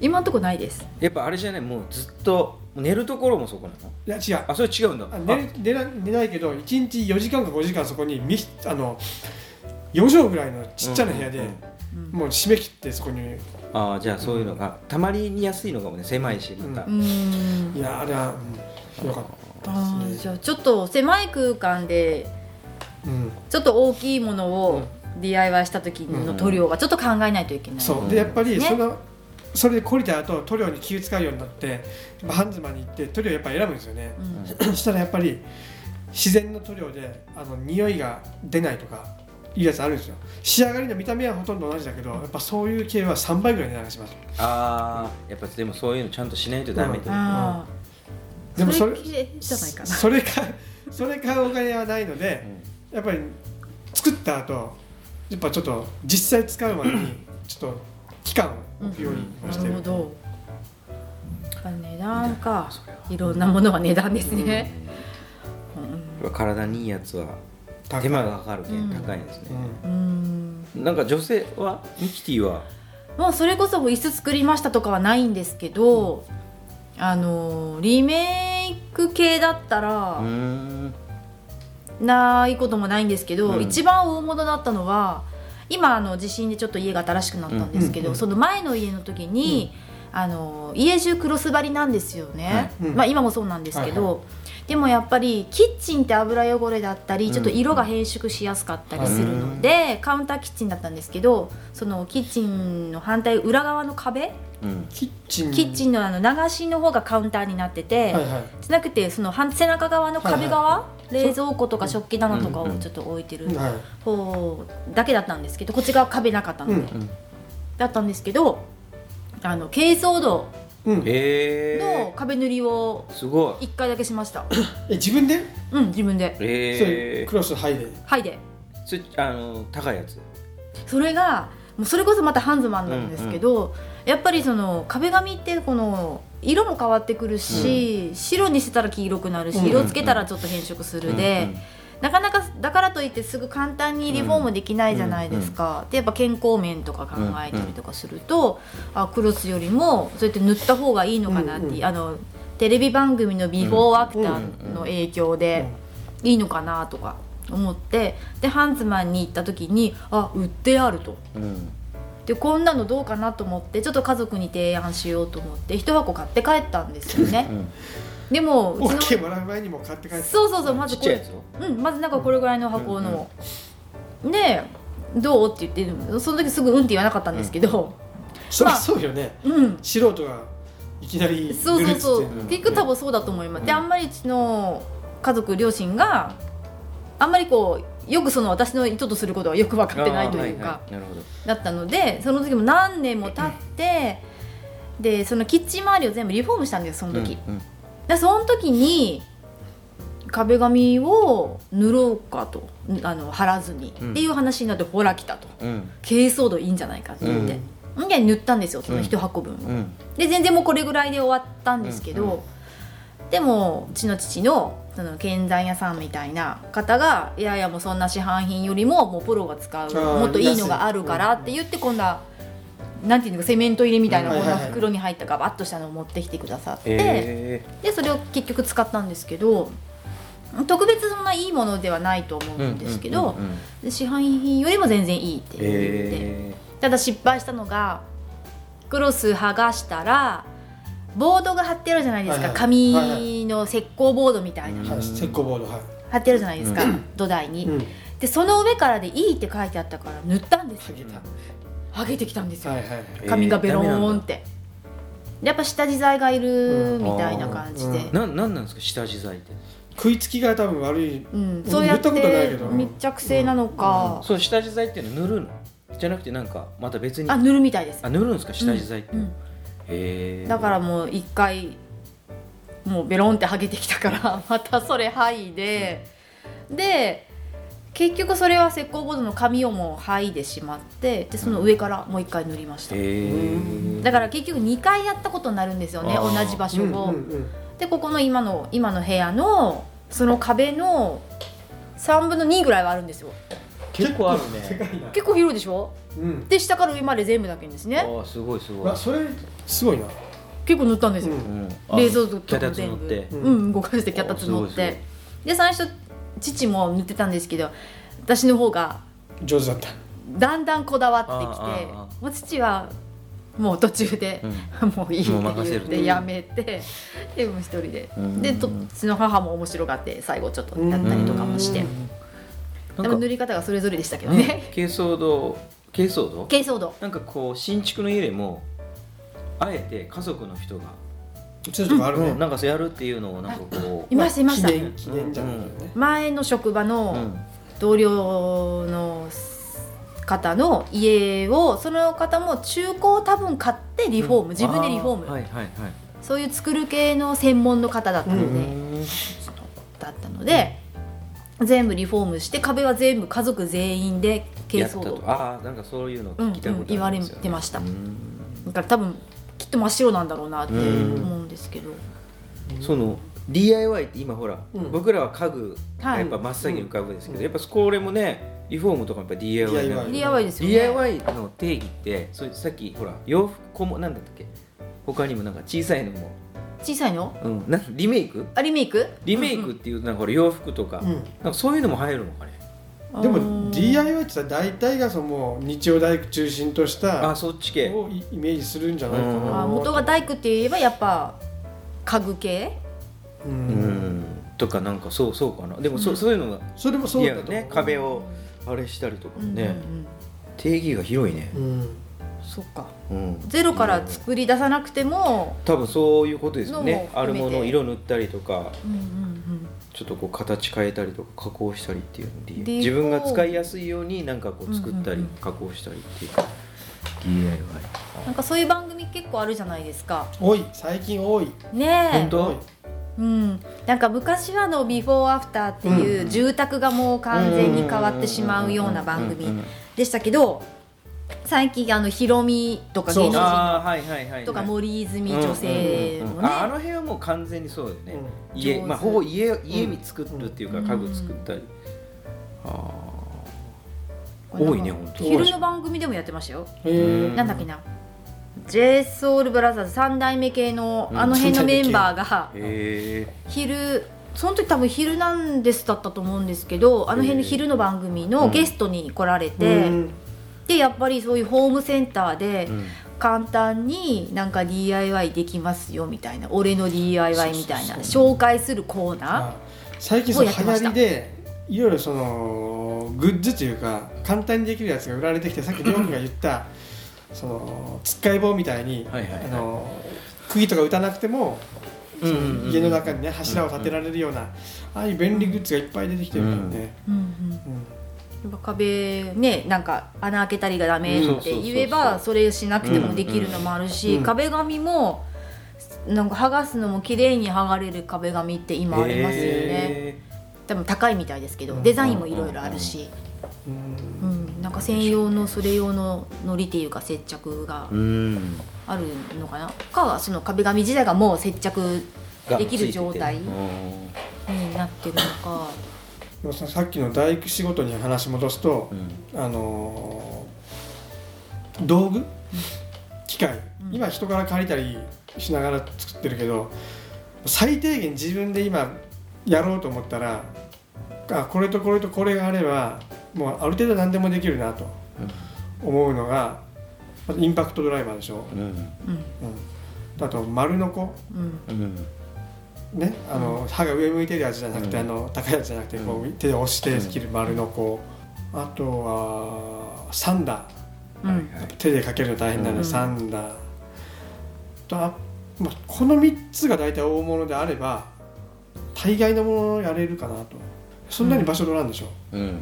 [SPEAKER 5] 今んとこないです
[SPEAKER 4] やっぱあれじゃないもうずっと寝るところもそこなの
[SPEAKER 3] いや違う
[SPEAKER 4] あそれ違うんだ
[SPEAKER 3] あ寝る寝な寝ないけど1日4時間か5時間そこにみあの4畳ぐらいのちっちゃな部屋で、
[SPEAKER 4] うんうんうん
[SPEAKER 3] もう締め切ってそこに
[SPEAKER 4] ああーじゃあそういうのが、たまりに安いのかもね狭いしまた、
[SPEAKER 5] うーん
[SPEAKER 3] いやあれは、うん、よかっ
[SPEAKER 5] あ
[SPEAKER 3] たで
[SPEAKER 5] ー
[SPEAKER 3] す
[SPEAKER 5] じ
[SPEAKER 3] ね。
[SPEAKER 5] ゃあちょっと狭い空間で
[SPEAKER 3] うん、
[SPEAKER 5] ちょっと大きいものを DIY した時の塗料がちょっと考えないといけない、
[SPEAKER 3] そう
[SPEAKER 4] うん
[SPEAKER 3] でやっぱり
[SPEAKER 5] ね
[SPEAKER 3] その、それで懲りた後塗料に気を使うようになってやっぱハンズマンに行って塗料やっぱ選ぶんですよね。
[SPEAKER 5] うん
[SPEAKER 3] そしたらやっぱり自然の塗料であの匂いが出ないとかいうやつあるんですよ仕上がりの見た目はほとんど同じだけどやっぱそういう系は3倍ぐらい値段がします
[SPEAKER 4] ああやっぱでもそういうのちゃんとしないとダメだ、
[SPEAKER 5] あー
[SPEAKER 3] でもそれ
[SPEAKER 5] れ綺麗じゃないかな
[SPEAKER 3] それかそれ買うお金はないのでやっぱり作った後やっぱちょっと実際使うまでにちょっと期間を置くようにはし
[SPEAKER 5] な
[SPEAKER 3] て
[SPEAKER 5] る
[SPEAKER 3] る、
[SPEAKER 5] ほどやっぱ値段か
[SPEAKER 4] それはい
[SPEAKER 5] ろんなものは値段ですね、うん
[SPEAKER 4] やっぱ体にいいやつは
[SPEAKER 3] 高い
[SPEAKER 4] 手間がかかるけ
[SPEAKER 5] うん
[SPEAKER 4] ん高いんですね、
[SPEAKER 3] う
[SPEAKER 5] うん
[SPEAKER 4] なんか女性はミキティは
[SPEAKER 5] もうそれこそもう椅子作りましたとかはないんですけど、あのーリメイク系だった
[SPEAKER 4] う
[SPEAKER 5] ら
[SPEAKER 4] ー、ん
[SPEAKER 5] ないこともないんですけど、
[SPEAKER 4] うん
[SPEAKER 5] 一番大物だったのは今あの地震でちょっと家が新しくなったんですけど、
[SPEAKER 3] うん
[SPEAKER 5] その前の家の時に、あの家中クロス張りなんですよね、
[SPEAKER 3] はいうん
[SPEAKER 5] まあ、今もそうなんですけど、
[SPEAKER 3] は
[SPEAKER 5] でもやっぱりキッチンって油汚れだったり
[SPEAKER 4] ん
[SPEAKER 5] ちょっと色が変色しやすかったりするので、カウンターキッチンだったんですけどそのキッチンの反対裏側の壁、
[SPEAKER 4] うん
[SPEAKER 3] キッチン
[SPEAKER 5] キッチ
[SPEAKER 3] ン
[SPEAKER 5] ンのあの流しの方がカウンターになってて。
[SPEAKER 3] はいはい
[SPEAKER 5] じゃなくてその反背中側の壁側、
[SPEAKER 6] 冷蔵庫とか食器棚とかをちょっと置いてる
[SPEAKER 3] はい
[SPEAKER 5] 方だけだったんですけどこっち側壁なかったので、
[SPEAKER 3] うん
[SPEAKER 4] うん
[SPEAKER 5] だったんですけどあの珪藻土
[SPEAKER 3] うんえ
[SPEAKER 4] え
[SPEAKER 5] の壁塗りを
[SPEAKER 4] ー、すごい。
[SPEAKER 5] 一回だけしました、
[SPEAKER 3] 自分で
[SPEAKER 5] うん自分で
[SPEAKER 3] それ
[SPEAKER 4] え
[SPEAKER 3] クロスはいで
[SPEAKER 5] はいで
[SPEAKER 4] ー、つあの高いやつ。
[SPEAKER 5] それがもうそれこそまたハンズマンなんですけど、やっぱりその壁紙ってこの色も変わってくるし、白にしてたら黄色くなるし、
[SPEAKER 3] うんうん
[SPEAKER 5] 色つけたらちょっと変色するで、なかなかだからといってすぐ簡単にリフォームできないじゃないですか、でやっぱ健康面とか考えたりとかすると、あクロスよりもそうやって塗った方がいいのかなって、
[SPEAKER 3] うんうん
[SPEAKER 5] あのテレビ番組のビフォーアフターの影響でいいのかなとか思ってでハンズマンに行った時にあ売ってあると。
[SPEAKER 4] うんうんうん
[SPEAKER 5] でこんなのどうかなと思ってちょっと家族に提案しようと思って一箱買って帰ったんですよ ね
[SPEAKER 4] うん
[SPEAKER 5] でもう
[SPEAKER 3] オッ
[SPEAKER 5] ち
[SPEAKER 3] ケーもらう前にも買って帰っ
[SPEAKER 5] の
[SPEAKER 3] て
[SPEAKER 5] そうそうそうま
[SPEAKER 4] ち
[SPEAKER 5] ず
[SPEAKER 4] っ
[SPEAKER 5] こ
[SPEAKER 4] ちゃい
[SPEAKER 5] れ
[SPEAKER 4] やつを。
[SPEAKER 5] うん、まずなんかこれぐらいの箱の、でどうって言ってその時すぐ「うん」って言わなかったんですけど、
[SPEAKER 3] そりゃ
[SPEAKER 5] まあ
[SPEAKER 3] そうよね
[SPEAKER 5] うん
[SPEAKER 3] 素人がいきなり
[SPEAKER 5] そうそうそう
[SPEAKER 3] 塗るっつって
[SPEAKER 5] 結局多分そうだと思います、で
[SPEAKER 4] うん
[SPEAKER 5] あんまりうちの家族両親があんまりこうよくその私の意図とすることはよく分かってないというか、
[SPEAKER 4] あーはいはいなるほど。
[SPEAKER 5] だったのでその時も何年も経って、でそのキッチン周りを全部リフォームしたんですよその時、
[SPEAKER 4] うんうん
[SPEAKER 5] でその時に壁紙を塗ろうかとんあの貼らずに、
[SPEAKER 4] うん
[SPEAKER 5] っていう話になってほら来たと
[SPEAKER 4] うん
[SPEAKER 5] 珪藻土いいんじゃないかって言って、ん、で塗ったんですよその一箱分を、
[SPEAKER 4] うん
[SPEAKER 5] で全然もうこれぐらいで終わったんですけど、
[SPEAKER 4] うんうん
[SPEAKER 5] でもうちの父のその建材屋さんみたいな方がいやいやもうそんな市販品よりももうプロが使う
[SPEAKER 3] ー
[SPEAKER 5] もっといいのがあるから
[SPEAKER 3] 安い
[SPEAKER 5] って言って今度はなんていうのかセメント入れみたいな
[SPEAKER 3] うん
[SPEAKER 5] こんな
[SPEAKER 3] はいはいはい
[SPEAKER 5] 袋に入ったガバッとしたのを持ってきてくださって、
[SPEAKER 4] え
[SPEAKER 5] でそれを結局使ったんですけど特別そんないいものではないと思
[SPEAKER 4] ー、
[SPEAKER 5] うんですけど、
[SPEAKER 4] うんうんうんうん
[SPEAKER 5] で市販品よりも全然いいって言って。
[SPEAKER 4] え
[SPEAKER 5] ただ失敗したのがクロス剥がしたらボードが貼ってあるじゃないですか、
[SPEAKER 3] はいはい
[SPEAKER 5] 紙の石膏ボードみたいな、
[SPEAKER 4] うん
[SPEAKER 3] はい石膏ボードはい
[SPEAKER 5] 貼ってあるじゃないですか、
[SPEAKER 4] う
[SPEAKER 5] 土台に、
[SPEAKER 3] うん
[SPEAKER 5] でその上からで「いい」って書いてあったから塗ったんです
[SPEAKER 3] 剥
[SPEAKER 5] よ
[SPEAKER 3] げた
[SPEAKER 5] 剥げてきたんですよ、
[SPEAKER 3] はいはい
[SPEAKER 4] ー
[SPEAKER 5] 紙がベロ
[SPEAKER 4] ダメ
[SPEAKER 5] ー
[SPEAKER 4] な
[SPEAKER 5] ン
[SPEAKER 4] ん
[SPEAKER 5] っ
[SPEAKER 4] だ
[SPEAKER 5] て、やっぱ下地材がいるみたいな感じで、
[SPEAKER 3] うん
[SPEAKER 4] なんなんなんですか下地材って。
[SPEAKER 3] 食いつきが多分悪い
[SPEAKER 5] うん
[SPEAKER 3] うん
[SPEAKER 5] そうやっ
[SPEAKER 3] 塗ったことないけ
[SPEAKER 5] て
[SPEAKER 3] ど
[SPEAKER 5] 密着性なのか、
[SPEAKER 4] その下地剤っていうのは塗るのじゃなくてなんかまた別に
[SPEAKER 5] あ塗るみたいです
[SPEAKER 4] あ塗るんですか下地剤って。
[SPEAKER 5] うん
[SPEAKER 4] へえ。
[SPEAKER 5] だからもう一回もうベロンって剥げてきたから またそれ剥いで、で結局それは石膏ボードの紙をもう剥いでしまってでその上からもう一回塗りました、
[SPEAKER 4] へえ。
[SPEAKER 5] だから結局2回やったことになるんですよね
[SPEAKER 4] あ
[SPEAKER 5] 同
[SPEAKER 4] ー
[SPEAKER 5] じ場所を、
[SPEAKER 3] うんうんうん
[SPEAKER 5] でここの今の今の部屋のその壁の3分の2ぐらいはあるんですよ
[SPEAKER 4] 結構ある
[SPEAKER 3] でか
[SPEAKER 4] ね。
[SPEAKER 3] いな
[SPEAKER 5] 結構広いでしょ
[SPEAKER 3] うん
[SPEAKER 5] で下から上まで全部だけです
[SPEAKER 4] あ
[SPEAKER 5] ね
[SPEAKER 4] ーすごいすごい
[SPEAKER 3] あ。それすごいな
[SPEAKER 5] 結構塗ったんですよ、
[SPEAKER 3] うん
[SPEAKER 4] うん
[SPEAKER 5] 冷蔵庫
[SPEAKER 4] キャタ
[SPEAKER 5] と
[SPEAKER 4] ツ乗
[SPEAKER 5] 全
[SPEAKER 4] っ
[SPEAKER 5] 部
[SPEAKER 4] て。
[SPEAKER 5] うん、うん動かして脚立乗っ
[SPEAKER 4] おーすごいす
[SPEAKER 5] てで最初父も塗ってたんですけど私の方が
[SPEAKER 3] 上手だった
[SPEAKER 5] だんだんこだわってきて
[SPEAKER 4] あーあーあ
[SPEAKER 5] もう父はもう途中で、 もういいって
[SPEAKER 4] もう任せ
[SPEAKER 5] 言っ
[SPEAKER 4] る
[SPEAKER 5] てやめてでもう一人で
[SPEAKER 4] うん
[SPEAKER 5] でとうちの母も面白がって最後ちょっとやったりとかもして
[SPEAKER 4] な
[SPEAKER 5] でも
[SPEAKER 4] んか
[SPEAKER 5] 塗り方がそれぞれでしたけど
[SPEAKER 4] ね
[SPEAKER 5] ね、
[SPEAKER 4] 珪藻土珪藻 土
[SPEAKER 5] 珪藻土
[SPEAKER 4] なんかこう新築の家でもあえて家族の人が、
[SPEAKER 3] うちのとこあるね
[SPEAKER 4] なんかそうやるっていうのをなんかこう
[SPEAKER 5] いましたいました
[SPEAKER 3] 記念記念じゃないけどね
[SPEAKER 5] 前の職場
[SPEAKER 4] う
[SPEAKER 5] の
[SPEAKER 4] ん
[SPEAKER 5] 同僚の方の家をその方も中古を多分買ってリフォーム、自分でリフォーム
[SPEAKER 4] あはいはいはい
[SPEAKER 5] そういう作る系の専門の方だったので,、
[SPEAKER 4] うん
[SPEAKER 5] だったので全部リフォームして壁は全部家族全員で
[SPEAKER 4] や
[SPEAKER 5] 珪
[SPEAKER 4] っ
[SPEAKER 5] 藻
[SPEAKER 4] たと
[SPEAKER 5] 土
[SPEAKER 4] ああなんかそういうの
[SPEAKER 5] うん、う
[SPEAKER 4] 聞きたい
[SPEAKER 5] ん、
[SPEAKER 4] こと
[SPEAKER 5] 言
[SPEAKER 4] あ
[SPEAKER 5] われ
[SPEAKER 4] るんですよね
[SPEAKER 5] てました、
[SPEAKER 4] うん
[SPEAKER 5] だから多分きっと真っ白なんだろうなって思うんですけど、
[SPEAKER 4] その DIY って今ほら、
[SPEAKER 3] うん
[SPEAKER 4] 僕らは家具
[SPEAKER 5] は
[SPEAKER 4] や
[SPEAKER 5] い
[SPEAKER 4] っぱ真っ先に浮かぶんですけど、やっぱこれもねリフォームとかもやっぱ DIY な
[SPEAKER 3] DIY
[SPEAKER 4] ので
[SPEAKER 5] DIY ですよね
[SPEAKER 4] DIY の定義ってそうさっきほら洋服こもなんだったっけ他にもなんか小さいのも、
[SPEAKER 5] 小さいの
[SPEAKER 4] うん、なんリメイク
[SPEAKER 5] あリメイク
[SPEAKER 4] リメイクっていうなんかこれ洋服とか,、
[SPEAKER 3] うん
[SPEAKER 4] なんかそういうのも入るのかね
[SPEAKER 3] で
[SPEAKER 5] あー
[SPEAKER 3] も DIY ってさ大体がそのもう日曜大工中心とし
[SPEAKER 4] あ
[SPEAKER 3] た
[SPEAKER 4] そっち系
[SPEAKER 3] をイイメージするんじゃないか
[SPEAKER 4] うん
[SPEAKER 3] な
[SPEAKER 5] あ元が大工って言えばやっぱ家具系
[SPEAKER 3] う
[SPEAKER 4] うんんとかなんかそうそうかなでもそ,、うそういうのが
[SPEAKER 3] それもそう
[SPEAKER 4] リ
[SPEAKER 3] だ
[SPEAKER 4] ア
[SPEAKER 3] と
[SPEAKER 4] ル
[SPEAKER 3] 思う
[SPEAKER 4] ね壁をあれしたりとかもね、
[SPEAKER 5] うんうん
[SPEAKER 4] 定義が広いね
[SPEAKER 3] う、ん
[SPEAKER 5] うん、そっか
[SPEAKER 4] うん、
[SPEAKER 5] ゼロから作り出さなくても、
[SPEAKER 4] 多分そういうことですよね
[SPEAKER 5] のも
[SPEAKER 4] あ
[SPEAKER 5] 含
[SPEAKER 4] る
[SPEAKER 5] めて
[SPEAKER 4] ものを色塗ったりとか
[SPEAKER 5] うんうんうん
[SPEAKER 4] ちょっとこう形変えたりとか加工したりっていうので
[SPEAKER 5] で
[SPEAKER 4] 自分が使いやすいようになんかこう作った
[SPEAKER 5] うんう
[SPEAKER 4] り
[SPEAKER 5] んうん
[SPEAKER 4] 加工したりっていうか DIY
[SPEAKER 5] なんかそういう番組結構あるじゃないですか
[SPEAKER 3] 多い最近多い
[SPEAKER 5] ね
[SPEAKER 4] 本
[SPEAKER 5] え、
[SPEAKER 4] 当
[SPEAKER 5] うん、なんか昔はあのビフォーアフターっていう住宅がもう完全に変わってしまうような番
[SPEAKER 4] うんうんう
[SPEAKER 5] 組
[SPEAKER 4] ん
[SPEAKER 5] でしたけど最近あのヒロミとか芸能人
[SPEAKER 4] ああはいはいはい
[SPEAKER 5] とか
[SPEAKER 4] う
[SPEAKER 5] 森泉女性
[SPEAKER 4] んうん
[SPEAKER 5] の
[SPEAKER 4] うんうんああ
[SPEAKER 5] ね
[SPEAKER 4] の辺はもう完全にそうだよね、
[SPEAKER 3] うん
[SPEAKER 4] 家
[SPEAKER 5] 上手
[SPEAKER 4] まあほぼ家家に作るっていうか
[SPEAKER 5] うん
[SPEAKER 4] 家具作ったり、ああ
[SPEAKER 5] うん
[SPEAKER 4] 多いね本当
[SPEAKER 5] 昼の番組でもやってましたよ
[SPEAKER 3] へー
[SPEAKER 4] うん
[SPEAKER 5] なんだっけな j ソ u l b r o t h e 三代目系のあの辺のメンバーが
[SPEAKER 4] へ
[SPEAKER 5] 昼その時多分「昼なんです」だったと思うんですけどあの辺の昼の番組のゲストに来られて、
[SPEAKER 3] うん
[SPEAKER 5] でやっぱりそういうホームセンターで
[SPEAKER 4] え、うん
[SPEAKER 5] 簡単になんか DIY できますよみたいな俺の DIY みたいな
[SPEAKER 3] そうそう
[SPEAKER 5] 紹介するコーナー
[SPEAKER 3] あ最近そ
[SPEAKER 5] を
[SPEAKER 3] の
[SPEAKER 5] やって
[SPEAKER 3] 流
[SPEAKER 5] ま
[SPEAKER 3] 行
[SPEAKER 5] した
[SPEAKER 3] りでいろいろそのグッズというか簡単にできるやつが売られてきてさっきりょうくんが言ったそのつっかい棒みたいに、
[SPEAKER 4] はいはいはい
[SPEAKER 3] あの釘とか打たなくても
[SPEAKER 4] うんうんうん
[SPEAKER 3] 家の中にね柱を立てられるような、ああいう便利グッズがいっぱい出てきてるからね、
[SPEAKER 5] うんうん
[SPEAKER 3] うん
[SPEAKER 5] やっぱ壁ねなんか穴開けたりがダメ
[SPEAKER 4] うん
[SPEAKER 5] って言えばそれしなくてもできるのもあるし、
[SPEAKER 3] うん
[SPEAKER 5] 壁紙もなんか剥がすのも綺麗に剥がれる壁紙って今ありますよね、
[SPEAKER 4] へ
[SPEAKER 5] 多分高いみたいですけど
[SPEAKER 3] うん
[SPEAKER 5] デザインもいろいろあるし、
[SPEAKER 3] うん
[SPEAKER 5] うん、なんか専用のそれ用ののりっていうか接着が
[SPEAKER 4] えうん
[SPEAKER 5] あるのかなかその壁紙自体がもう接着
[SPEAKER 4] が
[SPEAKER 5] でき
[SPEAKER 4] ついて
[SPEAKER 5] る
[SPEAKER 4] て
[SPEAKER 5] 状態
[SPEAKER 4] う
[SPEAKER 5] に
[SPEAKER 4] ん
[SPEAKER 5] なってるのか。
[SPEAKER 3] でもささっきの大工仕事に話戻すと
[SPEAKER 4] う、ん
[SPEAKER 3] あのー道具機械、
[SPEAKER 5] うん
[SPEAKER 3] 今人から借りたりしながら作ってるけど最低限自分で今やろうと思ったらあこれとこれとこれがあればもうある程度何でもできるなと思うのがまずインパクトドライバーでしょ、
[SPEAKER 4] うん
[SPEAKER 5] うん
[SPEAKER 3] うん、あと丸ノコ
[SPEAKER 5] うん
[SPEAKER 4] うん
[SPEAKER 3] ねあの、歯が上向いてるやつじゃなくて、
[SPEAKER 4] うん
[SPEAKER 3] あの高いやつじゃなくてこう、
[SPEAKER 4] う
[SPEAKER 3] 手で押して切る丸ノコあとはサンダー
[SPEAKER 5] う
[SPEAKER 4] はい
[SPEAKER 5] ん
[SPEAKER 4] はい
[SPEAKER 3] 手でかけるの大変なの
[SPEAKER 5] う
[SPEAKER 3] で、
[SPEAKER 5] ん
[SPEAKER 3] サンダーとあ、まあ、この3つが大体大物であれば大概のものをやれるかなとそんなに場所取らんでしょ、
[SPEAKER 4] うん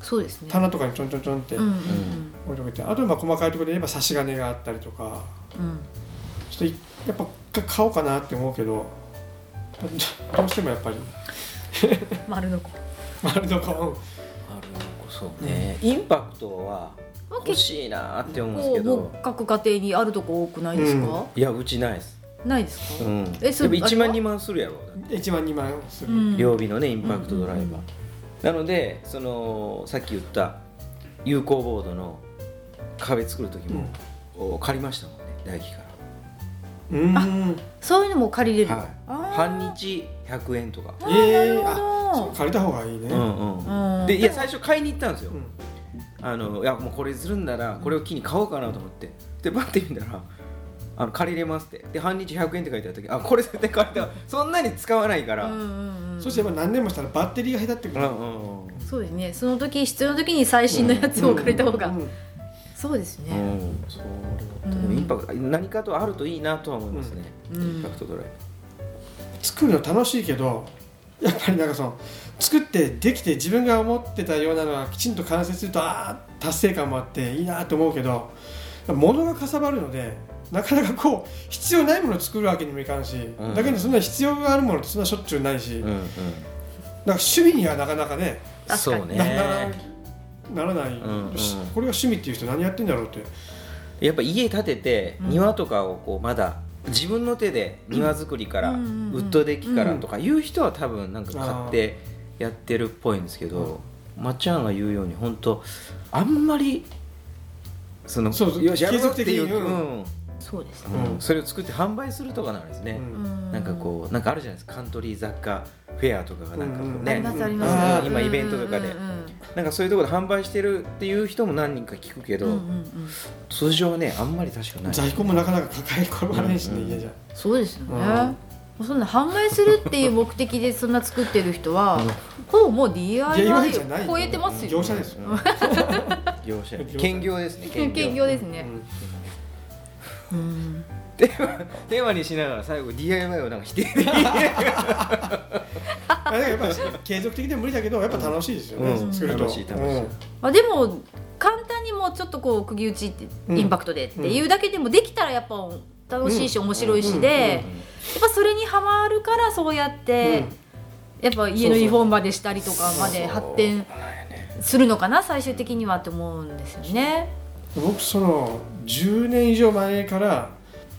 [SPEAKER 5] そうですね。
[SPEAKER 3] 棚とかにちょんちょんちょんって
[SPEAKER 5] うんう
[SPEAKER 3] 置
[SPEAKER 5] んうん
[SPEAKER 3] いといて、あとまあ細かいところで言えば差し金があったりとか
[SPEAKER 5] うん
[SPEAKER 3] ちょっといやっぱ買おうかなって思うけどどうしてもやっぱり
[SPEAKER 5] 丸のこ。
[SPEAKER 3] 丸の顔
[SPEAKER 4] あるのこそうねインパクトは欲しいなーって思うんです
[SPEAKER 5] こ
[SPEAKER 4] け
[SPEAKER 5] うも
[SPEAKER 4] ど
[SPEAKER 5] う各家庭にあるとこ多くないですか？
[SPEAKER 4] いやうちないです
[SPEAKER 5] ないですか？
[SPEAKER 4] うん
[SPEAKER 5] えそれ
[SPEAKER 4] でも1万
[SPEAKER 5] あれは
[SPEAKER 4] 2万するやろだって
[SPEAKER 3] 1万2万する、
[SPEAKER 5] うん
[SPEAKER 4] 両日のねインパクトドライバ
[SPEAKER 5] うん
[SPEAKER 4] ー、
[SPEAKER 5] うんうん
[SPEAKER 4] なのでそのさっき言った有効ボードの壁作る時も、お借りましたもんね大輝か
[SPEAKER 3] うーん
[SPEAKER 5] そういうのも借りれる。
[SPEAKER 4] ら、はい
[SPEAKER 5] あー
[SPEAKER 4] 半日100円とか、
[SPEAKER 5] あ
[SPEAKER 3] え
[SPEAKER 5] ー
[SPEAKER 3] ー
[SPEAKER 5] なるほど
[SPEAKER 3] そう借りた方がいいね、
[SPEAKER 4] うん
[SPEAKER 5] う
[SPEAKER 4] うんん、でいや最初買いに行ったんですよ、
[SPEAKER 3] うん
[SPEAKER 4] あのいやもうこれするんならこれを機に買おうかなと思ってでバッて見たらあの借りれますってで半日100円って書いてあった時あこれ絶対借りたそんなに使わないから、
[SPEAKER 5] う
[SPEAKER 4] うんん
[SPEAKER 5] うんうん
[SPEAKER 3] そしてやっぱ何年もしたらバッテリーが下手ってく
[SPEAKER 4] う
[SPEAKER 3] る、
[SPEAKER 4] んうん
[SPEAKER 5] そうですね。その時必要な時に最新のやつを借りた方が、
[SPEAKER 3] うん
[SPEAKER 5] そうです
[SPEAKER 4] う
[SPEAKER 5] ね。
[SPEAKER 4] ん、そう
[SPEAKER 5] うん
[SPEAKER 4] インパクト何かとあるといいなとは思いますね、
[SPEAKER 5] うん
[SPEAKER 4] インパクトドライ
[SPEAKER 3] 作るの楽しいけどやっぱりなんかその作ってできて自分が思ってたようなのがきちんと完成するとああ達成感もあっていいなと思うけど物がかさばるのでなかなかこう必要ないものを作るわけにもいかんし、
[SPEAKER 4] ん
[SPEAKER 3] だけどそんな必要があるものってそんなしょっちゅうないし、
[SPEAKER 4] ブ、
[SPEAKER 3] なんか
[SPEAKER 4] ん
[SPEAKER 3] 趣味にはなかなかね
[SPEAKER 4] う
[SPEAKER 5] 確
[SPEAKER 4] ん、
[SPEAKER 5] かに
[SPEAKER 4] そう
[SPEAKER 3] なな
[SPEAKER 4] ね
[SPEAKER 3] ならない、
[SPEAKER 4] んうん
[SPEAKER 3] しこれが趣味っていう人何やってんだろうって
[SPEAKER 4] やっぱ家建てて
[SPEAKER 5] うん
[SPEAKER 4] 庭とかをこうまだ自分の手で庭作りからウ
[SPEAKER 5] うんうんうん
[SPEAKER 4] ッドデッキからとかいう人は多分なんか買ってやってるっぽいんですけどまっちゃんが言うように本当あんまりその
[SPEAKER 3] そうそう
[SPEAKER 4] よしやるぞっていう
[SPEAKER 3] 継続的にうん
[SPEAKER 4] うん
[SPEAKER 5] そうですね。
[SPEAKER 4] うん
[SPEAKER 3] うん
[SPEAKER 4] それを作って販売するとかなんですね、
[SPEAKER 3] うん
[SPEAKER 4] なんかこうなんかあるじゃないですかカントリー雑貨フェアとかがなんかこう
[SPEAKER 3] うんうん
[SPEAKER 5] あり
[SPEAKER 4] ね
[SPEAKER 5] ますあり
[SPEAKER 3] あ
[SPEAKER 5] ます。
[SPEAKER 3] ー
[SPEAKER 4] 今イベントとかで
[SPEAKER 5] うんうんうん
[SPEAKER 4] なんかそういうところで販売してるっていう人も何人か聞くけど、
[SPEAKER 5] うんうんうん
[SPEAKER 4] 通常はねあんまり確かない
[SPEAKER 3] 在庫もなかなか抱え込まないしね、
[SPEAKER 4] うんうん
[SPEAKER 3] 家じゃ
[SPEAKER 5] そうですよね、
[SPEAKER 3] うん
[SPEAKER 5] もうそんな販売するっていう目的でそんな作ってる人は
[SPEAKER 4] うん
[SPEAKER 5] ほぼもう
[SPEAKER 3] いや
[SPEAKER 5] DIY
[SPEAKER 3] 今じゃない
[SPEAKER 5] を超えてますよ
[SPEAKER 3] 業者ですよ、
[SPEAKER 4] 業者
[SPEAKER 3] 業者
[SPEAKER 4] 兼業ですね
[SPEAKER 5] 兼業ですね、
[SPEAKER 3] うん
[SPEAKER 5] うん
[SPEAKER 4] テーマテーマにしながら最後 DIY をなんか否定できない
[SPEAKER 3] あれやっぱ継続的で無理だけどやっぱ楽しいですよね、
[SPEAKER 4] うん
[SPEAKER 3] 作ると
[SPEAKER 4] 楽しい楽しい
[SPEAKER 3] うん
[SPEAKER 5] まあ、でも簡単にもうちょっとこう釘打ちって
[SPEAKER 3] うん
[SPEAKER 5] インパクトでっていうだけでもできたらやっぱ楽しいし面白いしで、やっぱそれにハマるからそうやって、やっぱ家のリフォームまでしたりとかまで発展するのかな最終的にはって思うんですよね。
[SPEAKER 3] 僕その10年以上前から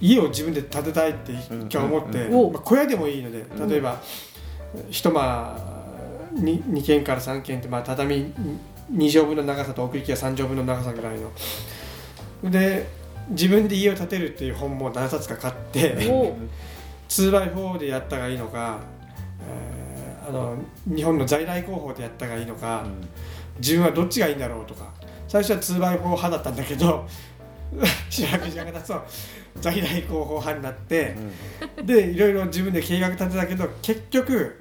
[SPEAKER 3] 家を自分で建てたいって一回思って、
[SPEAKER 4] うん
[SPEAKER 5] うんうん
[SPEAKER 3] まあ、小屋でもいいので
[SPEAKER 4] ん
[SPEAKER 3] 例えば、一間 2, 2軒から3軒って、まあ、畳2畳分の長さと奥行きが3畳分の長さぐらいの。で自分で家を建てるっていう本も何冊か買って 2x4 でやったがいいのか、えーあの日本の在来工法でやったがいいのか。自分はどっちがいいんだろうとか最初は 2x4 派だったんだけど 調べじゃがたそう在来広報派になってでいろいろ自分で計画立てたけど結局、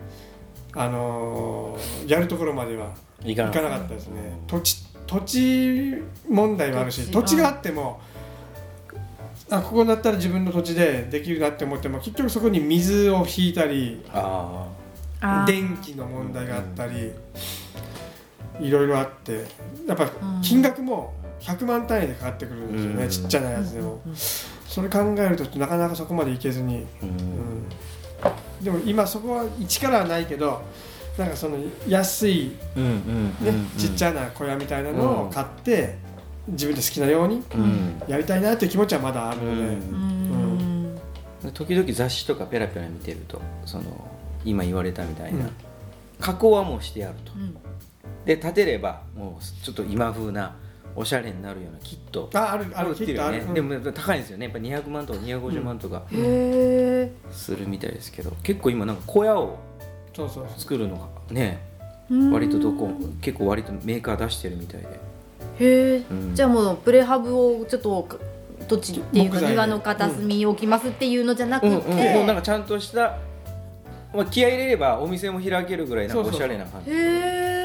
[SPEAKER 3] あのーやるところまでは
[SPEAKER 4] 行
[SPEAKER 3] いかなかったですね土地土地問題もあるし土地があってもあここだったら自分の土地でできるなって思っても結局そこに水を引いたり
[SPEAKER 4] あ
[SPEAKER 5] あー
[SPEAKER 3] 電気の問題があったり、いろいろあってやっぱ金額も100万単位でかかってくるんですよね、
[SPEAKER 4] うん
[SPEAKER 3] ちっちゃなやつでも、
[SPEAKER 5] うん
[SPEAKER 3] それ考えるとなかなかそこまでいけずに、
[SPEAKER 4] あ、うん
[SPEAKER 3] うんでも今そこは一からはないけどなんかその安い、ね
[SPEAKER 4] うんうん
[SPEAKER 3] ちっち
[SPEAKER 4] ゃい、
[SPEAKER 3] ゃな小屋みたいなのを買って、自分で好きなように
[SPEAKER 4] うん
[SPEAKER 3] やりたいなっていう気持ちはまだあるので、
[SPEAKER 5] う
[SPEAKER 4] うん
[SPEAKER 5] ん
[SPEAKER 4] 時々雑誌とかペラペラ見てるとその今言われたみたいな、
[SPEAKER 3] うん
[SPEAKER 4] 加工はもうしてあると
[SPEAKER 5] うん
[SPEAKER 4] で立てればもうちょっと今風なおしゃれになるようなキット
[SPEAKER 3] ああるあ
[SPEAKER 4] 売
[SPEAKER 3] る
[SPEAKER 4] ってるよ
[SPEAKER 3] あ
[SPEAKER 4] ね
[SPEAKER 3] る、うん
[SPEAKER 4] でもやっぱ高いんですよねやっぱ200万とか250万とか
[SPEAKER 5] へえ
[SPEAKER 4] するみたいですけど、結構今なんか小屋を
[SPEAKER 3] そうそう
[SPEAKER 4] 作るのがね割とどこ結構割とメーカー出してるみたいで、
[SPEAKER 5] へえ
[SPEAKER 4] うん
[SPEAKER 5] じゃあもうプレハブをちょっと土地っていう
[SPEAKER 3] 木
[SPEAKER 5] か
[SPEAKER 3] 材で
[SPEAKER 5] 庭の片隅に置きますっていうのじゃなく
[SPEAKER 4] う
[SPEAKER 5] て、
[SPEAKER 4] んうん、もうなんかちゃんとした、まあ、気合い入れればお店も開けるぐらいなんかおしゃれな感じ
[SPEAKER 5] へえ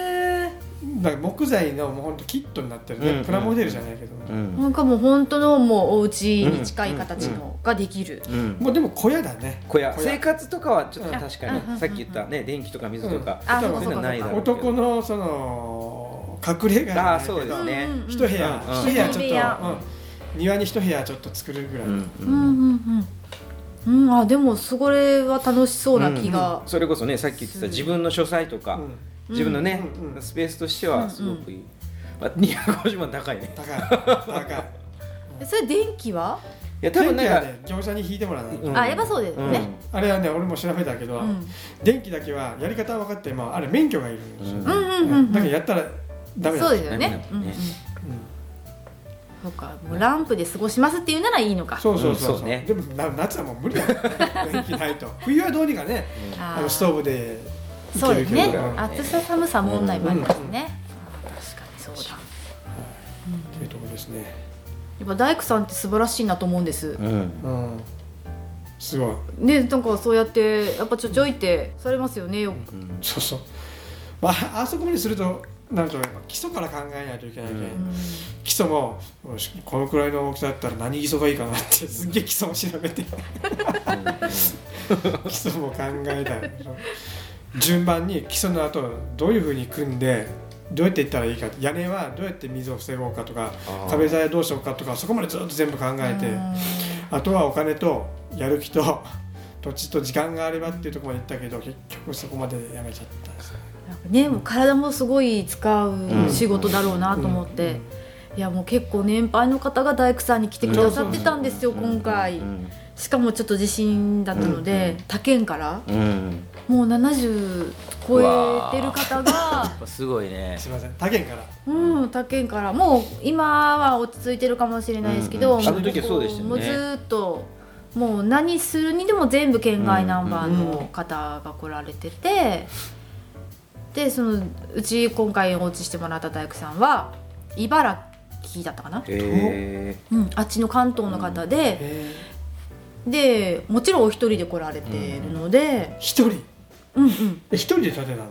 [SPEAKER 3] だから木材のもうほんとキットになってるね、
[SPEAKER 4] うん
[SPEAKER 3] プラモデルじゃないけど、
[SPEAKER 4] うん
[SPEAKER 5] なんかもう本当のもうお家に近い形のができる、
[SPEAKER 4] うん
[SPEAKER 3] もうでも小屋だね
[SPEAKER 4] 小屋
[SPEAKER 3] 小屋
[SPEAKER 4] 生活とかはちょっと確かに、
[SPEAKER 5] うん
[SPEAKER 4] さっき言ったね電気とか水とか、
[SPEAKER 5] あそう
[SPEAKER 4] そ
[SPEAKER 5] か
[SPEAKER 4] うい
[SPEAKER 5] そうう
[SPEAKER 4] の
[SPEAKER 5] か
[SPEAKER 4] ないだろうけど
[SPEAKER 3] 男のその隠れ家じゃ
[SPEAKER 4] あ
[SPEAKER 3] ない
[SPEAKER 4] あ
[SPEAKER 3] け
[SPEAKER 4] そ
[SPEAKER 3] ど
[SPEAKER 4] うですね、
[SPEAKER 5] うんうんうん
[SPEAKER 3] 一部屋
[SPEAKER 4] うん
[SPEAKER 3] 一部屋ちょっ
[SPEAKER 6] 一部屋
[SPEAKER 3] と、うん、庭に一部屋ちょっと作るぐらい、
[SPEAKER 4] うん
[SPEAKER 5] うんうんうんうんあでもそれは楽しそうな気
[SPEAKER 4] う
[SPEAKER 5] が
[SPEAKER 4] ん、それこそねさっき言ってた自分の書斎とか、
[SPEAKER 3] うん
[SPEAKER 4] 自分のね、
[SPEAKER 3] うんうん
[SPEAKER 4] スペースとしてはすごくいい、まあ、250万高いね
[SPEAKER 3] 高い高
[SPEAKER 5] えそれ電気は、
[SPEAKER 4] いや
[SPEAKER 3] い
[SPEAKER 4] 多分
[SPEAKER 3] 電
[SPEAKER 4] なん
[SPEAKER 3] 気は
[SPEAKER 4] か、
[SPEAKER 3] ね業者に引いてもらわない、
[SPEAKER 4] うん
[SPEAKER 5] あやっぱそうです
[SPEAKER 4] うん
[SPEAKER 5] ね、
[SPEAKER 3] あれはね俺も調べたけど、
[SPEAKER 5] うん
[SPEAKER 3] 電気だけはやり方は分かってもあれ免許がいるんですよ、
[SPEAKER 5] うん、うんうんうん
[SPEAKER 3] だからやったらダメだ
[SPEAKER 5] そうですよね
[SPEAKER 4] ダメだね
[SPEAKER 5] うんうんそうかもうランプで過ごしますっていうならいいのか
[SPEAKER 3] そうそうそう,、
[SPEAKER 4] うんそうね
[SPEAKER 3] でもな夏はもう無理だ よ、ね、電気ないと冬はどうにかね
[SPEAKER 5] あー
[SPEAKER 3] あのストーブでい
[SPEAKER 5] そう
[SPEAKER 3] け
[SPEAKER 5] で
[SPEAKER 3] る
[SPEAKER 5] す
[SPEAKER 3] けど
[SPEAKER 5] ね
[SPEAKER 3] うん
[SPEAKER 5] 暑さ寒さ問題もありますね、あー確かにそうだ
[SPEAKER 3] というところですね、
[SPEAKER 5] やっぱ大工さんって素晴らしいなと思うんです、
[SPEAKER 4] うん
[SPEAKER 3] うん、すごい
[SPEAKER 5] ねなんかそうやってやっぱちょちょいってされますよねよく
[SPEAKER 3] そうそう、まあ、あそこまでするとなるとやっぱ基礎から考えないといけないけ、
[SPEAKER 4] うん
[SPEAKER 5] うん
[SPEAKER 3] 基礎もよしこのくらいの大きさだったら何基礎がいいかなってすっげえ基礎も調べて基礎も考えたり順番に基礎の後どういうふうに組んでどうやっていったらいいか屋根はどうやって水を防ごうかとか
[SPEAKER 4] あー
[SPEAKER 3] 壁材はどうしようかとかそこまでずっと全部考えて。
[SPEAKER 5] う
[SPEAKER 3] あとはお金とやる気と 土地と時間があればっていうところまで行ったけど結局そこまでやめちゃったんですね
[SPEAKER 5] んなんかねもう体もすごい使う仕事だろうなと思って、いやもう結構年配の方が大工さんに来てくださってたんですよ、今回、
[SPEAKER 4] うん
[SPEAKER 5] しかもちょっと地震だったので、他県から
[SPEAKER 4] うんうん
[SPEAKER 5] もう70超えてる方が
[SPEAKER 4] やっぱすごいね
[SPEAKER 3] すいません他県から
[SPEAKER 5] うん、他県からもう今は落ち着いてるかもしれないですけど、
[SPEAKER 4] うんうんあの時はそうでしたよね
[SPEAKER 5] もうずっともう何するにでも全部県外ナンバーの方が来られてて、でそのうち今回お家してもらった大工さんは茨城だったかな、
[SPEAKER 4] へ
[SPEAKER 5] うん、あっちの関東の方で、
[SPEAKER 3] え
[SPEAKER 5] でもちろんお一人で来られているので、
[SPEAKER 3] 一人
[SPEAKER 5] うん、うん
[SPEAKER 3] え一人で建てたの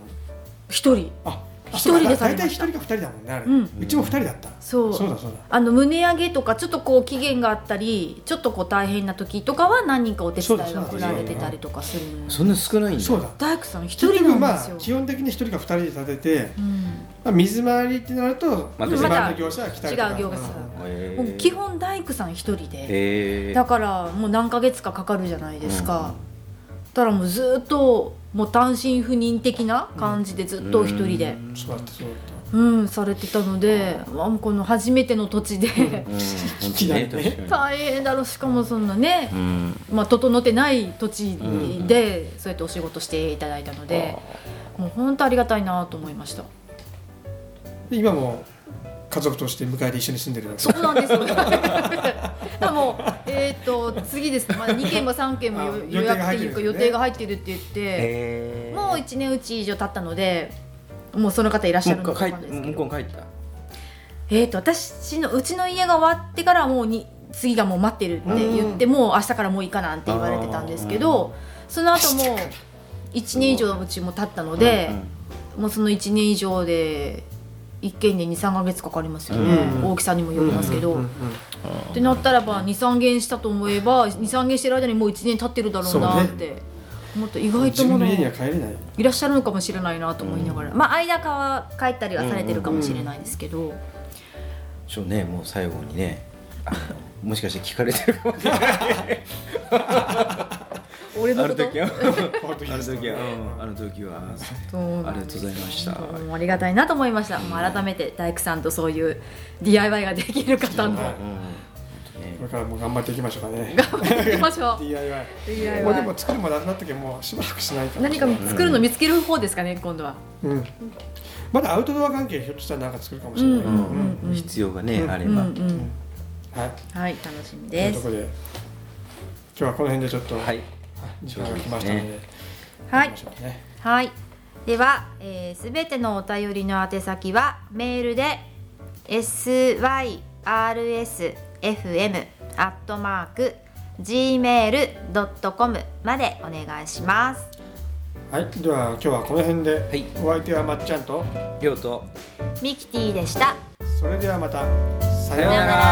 [SPEAKER 5] 一人
[SPEAKER 3] あ
[SPEAKER 5] 一
[SPEAKER 3] 一
[SPEAKER 5] 人でされ
[SPEAKER 3] 大体
[SPEAKER 5] ま
[SPEAKER 3] 一
[SPEAKER 5] し
[SPEAKER 3] 人
[SPEAKER 5] た
[SPEAKER 3] か二人だもんねあれ、
[SPEAKER 5] う
[SPEAKER 3] うんちも二人だった、
[SPEAKER 5] そう
[SPEAKER 3] そうだそうだ
[SPEAKER 5] あの胸上げとかちょっとこう期限があったりちょっとこう大変な時とかは何人かお手伝いが振られてたりとかする
[SPEAKER 4] そんな少ないんだ
[SPEAKER 3] そうだ
[SPEAKER 5] 大工さん一
[SPEAKER 3] 結
[SPEAKER 5] 人
[SPEAKER 3] 局
[SPEAKER 5] なん
[SPEAKER 3] ま
[SPEAKER 5] です
[SPEAKER 3] あ
[SPEAKER 5] よ、
[SPEAKER 3] 基本的に一人か二人で立てて、
[SPEAKER 5] うん
[SPEAKER 3] まあ、水回りってなると
[SPEAKER 4] また
[SPEAKER 3] 水回りの業者は来たりとか
[SPEAKER 5] 違う業者
[SPEAKER 4] へー
[SPEAKER 5] もう基本大工さん一人で、
[SPEAKER 4] へー
[SPEAKER 5] だからもう何ヶ月かかかるじゃないですか、だからもうずっともう単身赴任的な感じでずっとお一人で、
[SPEAKER 3] うんそうだったそうだっ
[SPEAKER 5] うんされてたので、まあ、この初めての土地で、
[SPEAKER 4] うんうん本
[SPEAKER 3] き
[SPEAKER 4] 当
[SPEAKER 3] な
[SPEAKER 4] ね
[SPEAKER 3] りね
[SPEAKER 4] 確 か
[SPEAKER 5] 大変だろうしかもそんなね
[SPEAKER 4] にうん
[SPEAKER 5] まあ、整ってない土地で、そうやってお仕事していただいたので、もう本当ありがたいなと思いました
[SPEAKER 3] たで今も家族として迎えて一緒に住んでるわけ
[SPEAKER 5] そうなん ですよだからもうえっ、と次ですね、まあ、2件も3件も
[SPEAKER 3] あ
[SPEAKER 5] 予
[SPEAKER 3] 予
[SPEAKER 5] 予
[SPEAKER 3] 定が
[SPEAKER 5] 約
[SPEAKER 3] 入
[SPEAKER 5] っ
[SPEAKER 3] ってて
[SPEAKER 5] いうんか
[SPEAKER 3] るですね
[SPEAKER 5] 予定が入ってるって言って、
[SPEAKER 4] へー
[SPEAKER 5] もう1年うち以上経ったのでもうその方いらっしゃる
[SPEAKER 4] も
[SPEAKER 5] の
[SPEAKER 4] う
[SPEAKER 5] か
[SPEAKER 4] 帰
[SPEAKER 5] わ
[SPEAKER 4] っ
[SPEAKER 5] かんないですけ
[SPEAKER 4] 向
[SPEAKER 5] ど
[SPEAKER 4] こう帰った
[SPEAKER 5] えっ、と私のうちの家が終わってからもうに次がもう待ってるって言って、もう明日からもういいかなんて言われてたんですけど、その後も1年以上うちも経ったので、もうその1年以上で1件で23か月かかりますよね、
[SPEAKER 3] うん
[SPEAKER 5] 大きさにもよりますけど、
[SPEAKER 3] うんうんうん
[SPEAKER 5] ってなったらば23件したと思えば23件してる間にもう1年経ってるだろうなって思った、意
[SPEAKER 3] うん
[SPEAKER 5] 外
[SPEAKER 3] 自
[SPEAKER 5] とも
[SPEAKER 3] 分の
[SPEAKER 5] の
[SPEAKER 3] 家に
[SPEAKER 5] い
[SPEAKER 3] は帰れない
[SPEAKER 5] らっしゃるのかもしれないなと思いながら、まあ間かは帰ったりはされてるかもしれないですけど、
[SPEAKER 4] ちょねもう最後にねあのもしかして聞かれてるかもしれない
[SPEAKER 5] 俺の
[SPEAKER 4] あ
[SPEAKER 5] こ
[SPEAKER 4] の
[SPEAKER 5] と
[SPEAKER 4] 時は
[SPEAKER 3] あの時
[SPEAKER 4] あの時はうんあ
[SPEAKER 3] は
[SPEAKER 4] の時は
[SPEAKER 5] そう
[SPEAKER 4] あ
[SPEAKER 5] なん
[SPEAKER 4] りが
[SPEAKER 5] で
[SPEAKER 4] とう
[SPEAKER 5] す
[SPEAKER 4] ございました
[SPEAKER 5] どうもありがたいなと思いました、もう改めて大工さんとそういう DIY ができる方の
[SPEAKER 3] は
[SPEAKER 4] うん本当ね
[SPEAKER 3] これからも頑張っていきましょうかね
[SPEAKER 5] 頑張っていきましょう
[SPEAKER 3] DIY もうで
[SPEAKER 5] DIY
[SPEAKER 3] も作るまでなったけどもうしばらくしないから
[SPEAKER 5] 何か作るの見つける方ですかね今度は。
[SPEAKER 3] うんまだアウトドア関係ひょっとしたら何か作るかもしれない、
[SPEAKER 5] う
[SPEAKER 4] うんんうん必要がね
[SPEAKER 3] うん
[SPEAKER 4] あれ
[SPEAKER 5] うんう
[SPEAKER 4] ば
[SPEAKER 5] ん、
[SPEAKER 3] はい
[SPEAKER 5] はい楽しみ
[SPEAKER 3] とい
[SPEAKER 5] で
[SPEAKER 3] うとこ
[SPEAKER 5] す
[SPEAKER 3] ろで今日はこの辺でちょっと
[SPEAKER 4] はい
[SPEAKER 3] 時間が来ましたので、
[SPEAKER 5] はい
[SPEAKER 3] 行きましょうかね
[SPEAKER 6] はい。では、す、え、べ、てのお便りの宛先はメールで s y r s f m アットマーク gmail ドットコムまでお願いします。
[SPEAKER 3] はい、では今日はこの辺で、
[SPEAKER 4] い
[SPEAKER 3] お相手はまっちゃんと
[SPEAKER 4] りょうと
[SPEAKER 6] ミキティでした。
[SPEAKER 3] それではまたさ
[SPEAKER 4] さようなら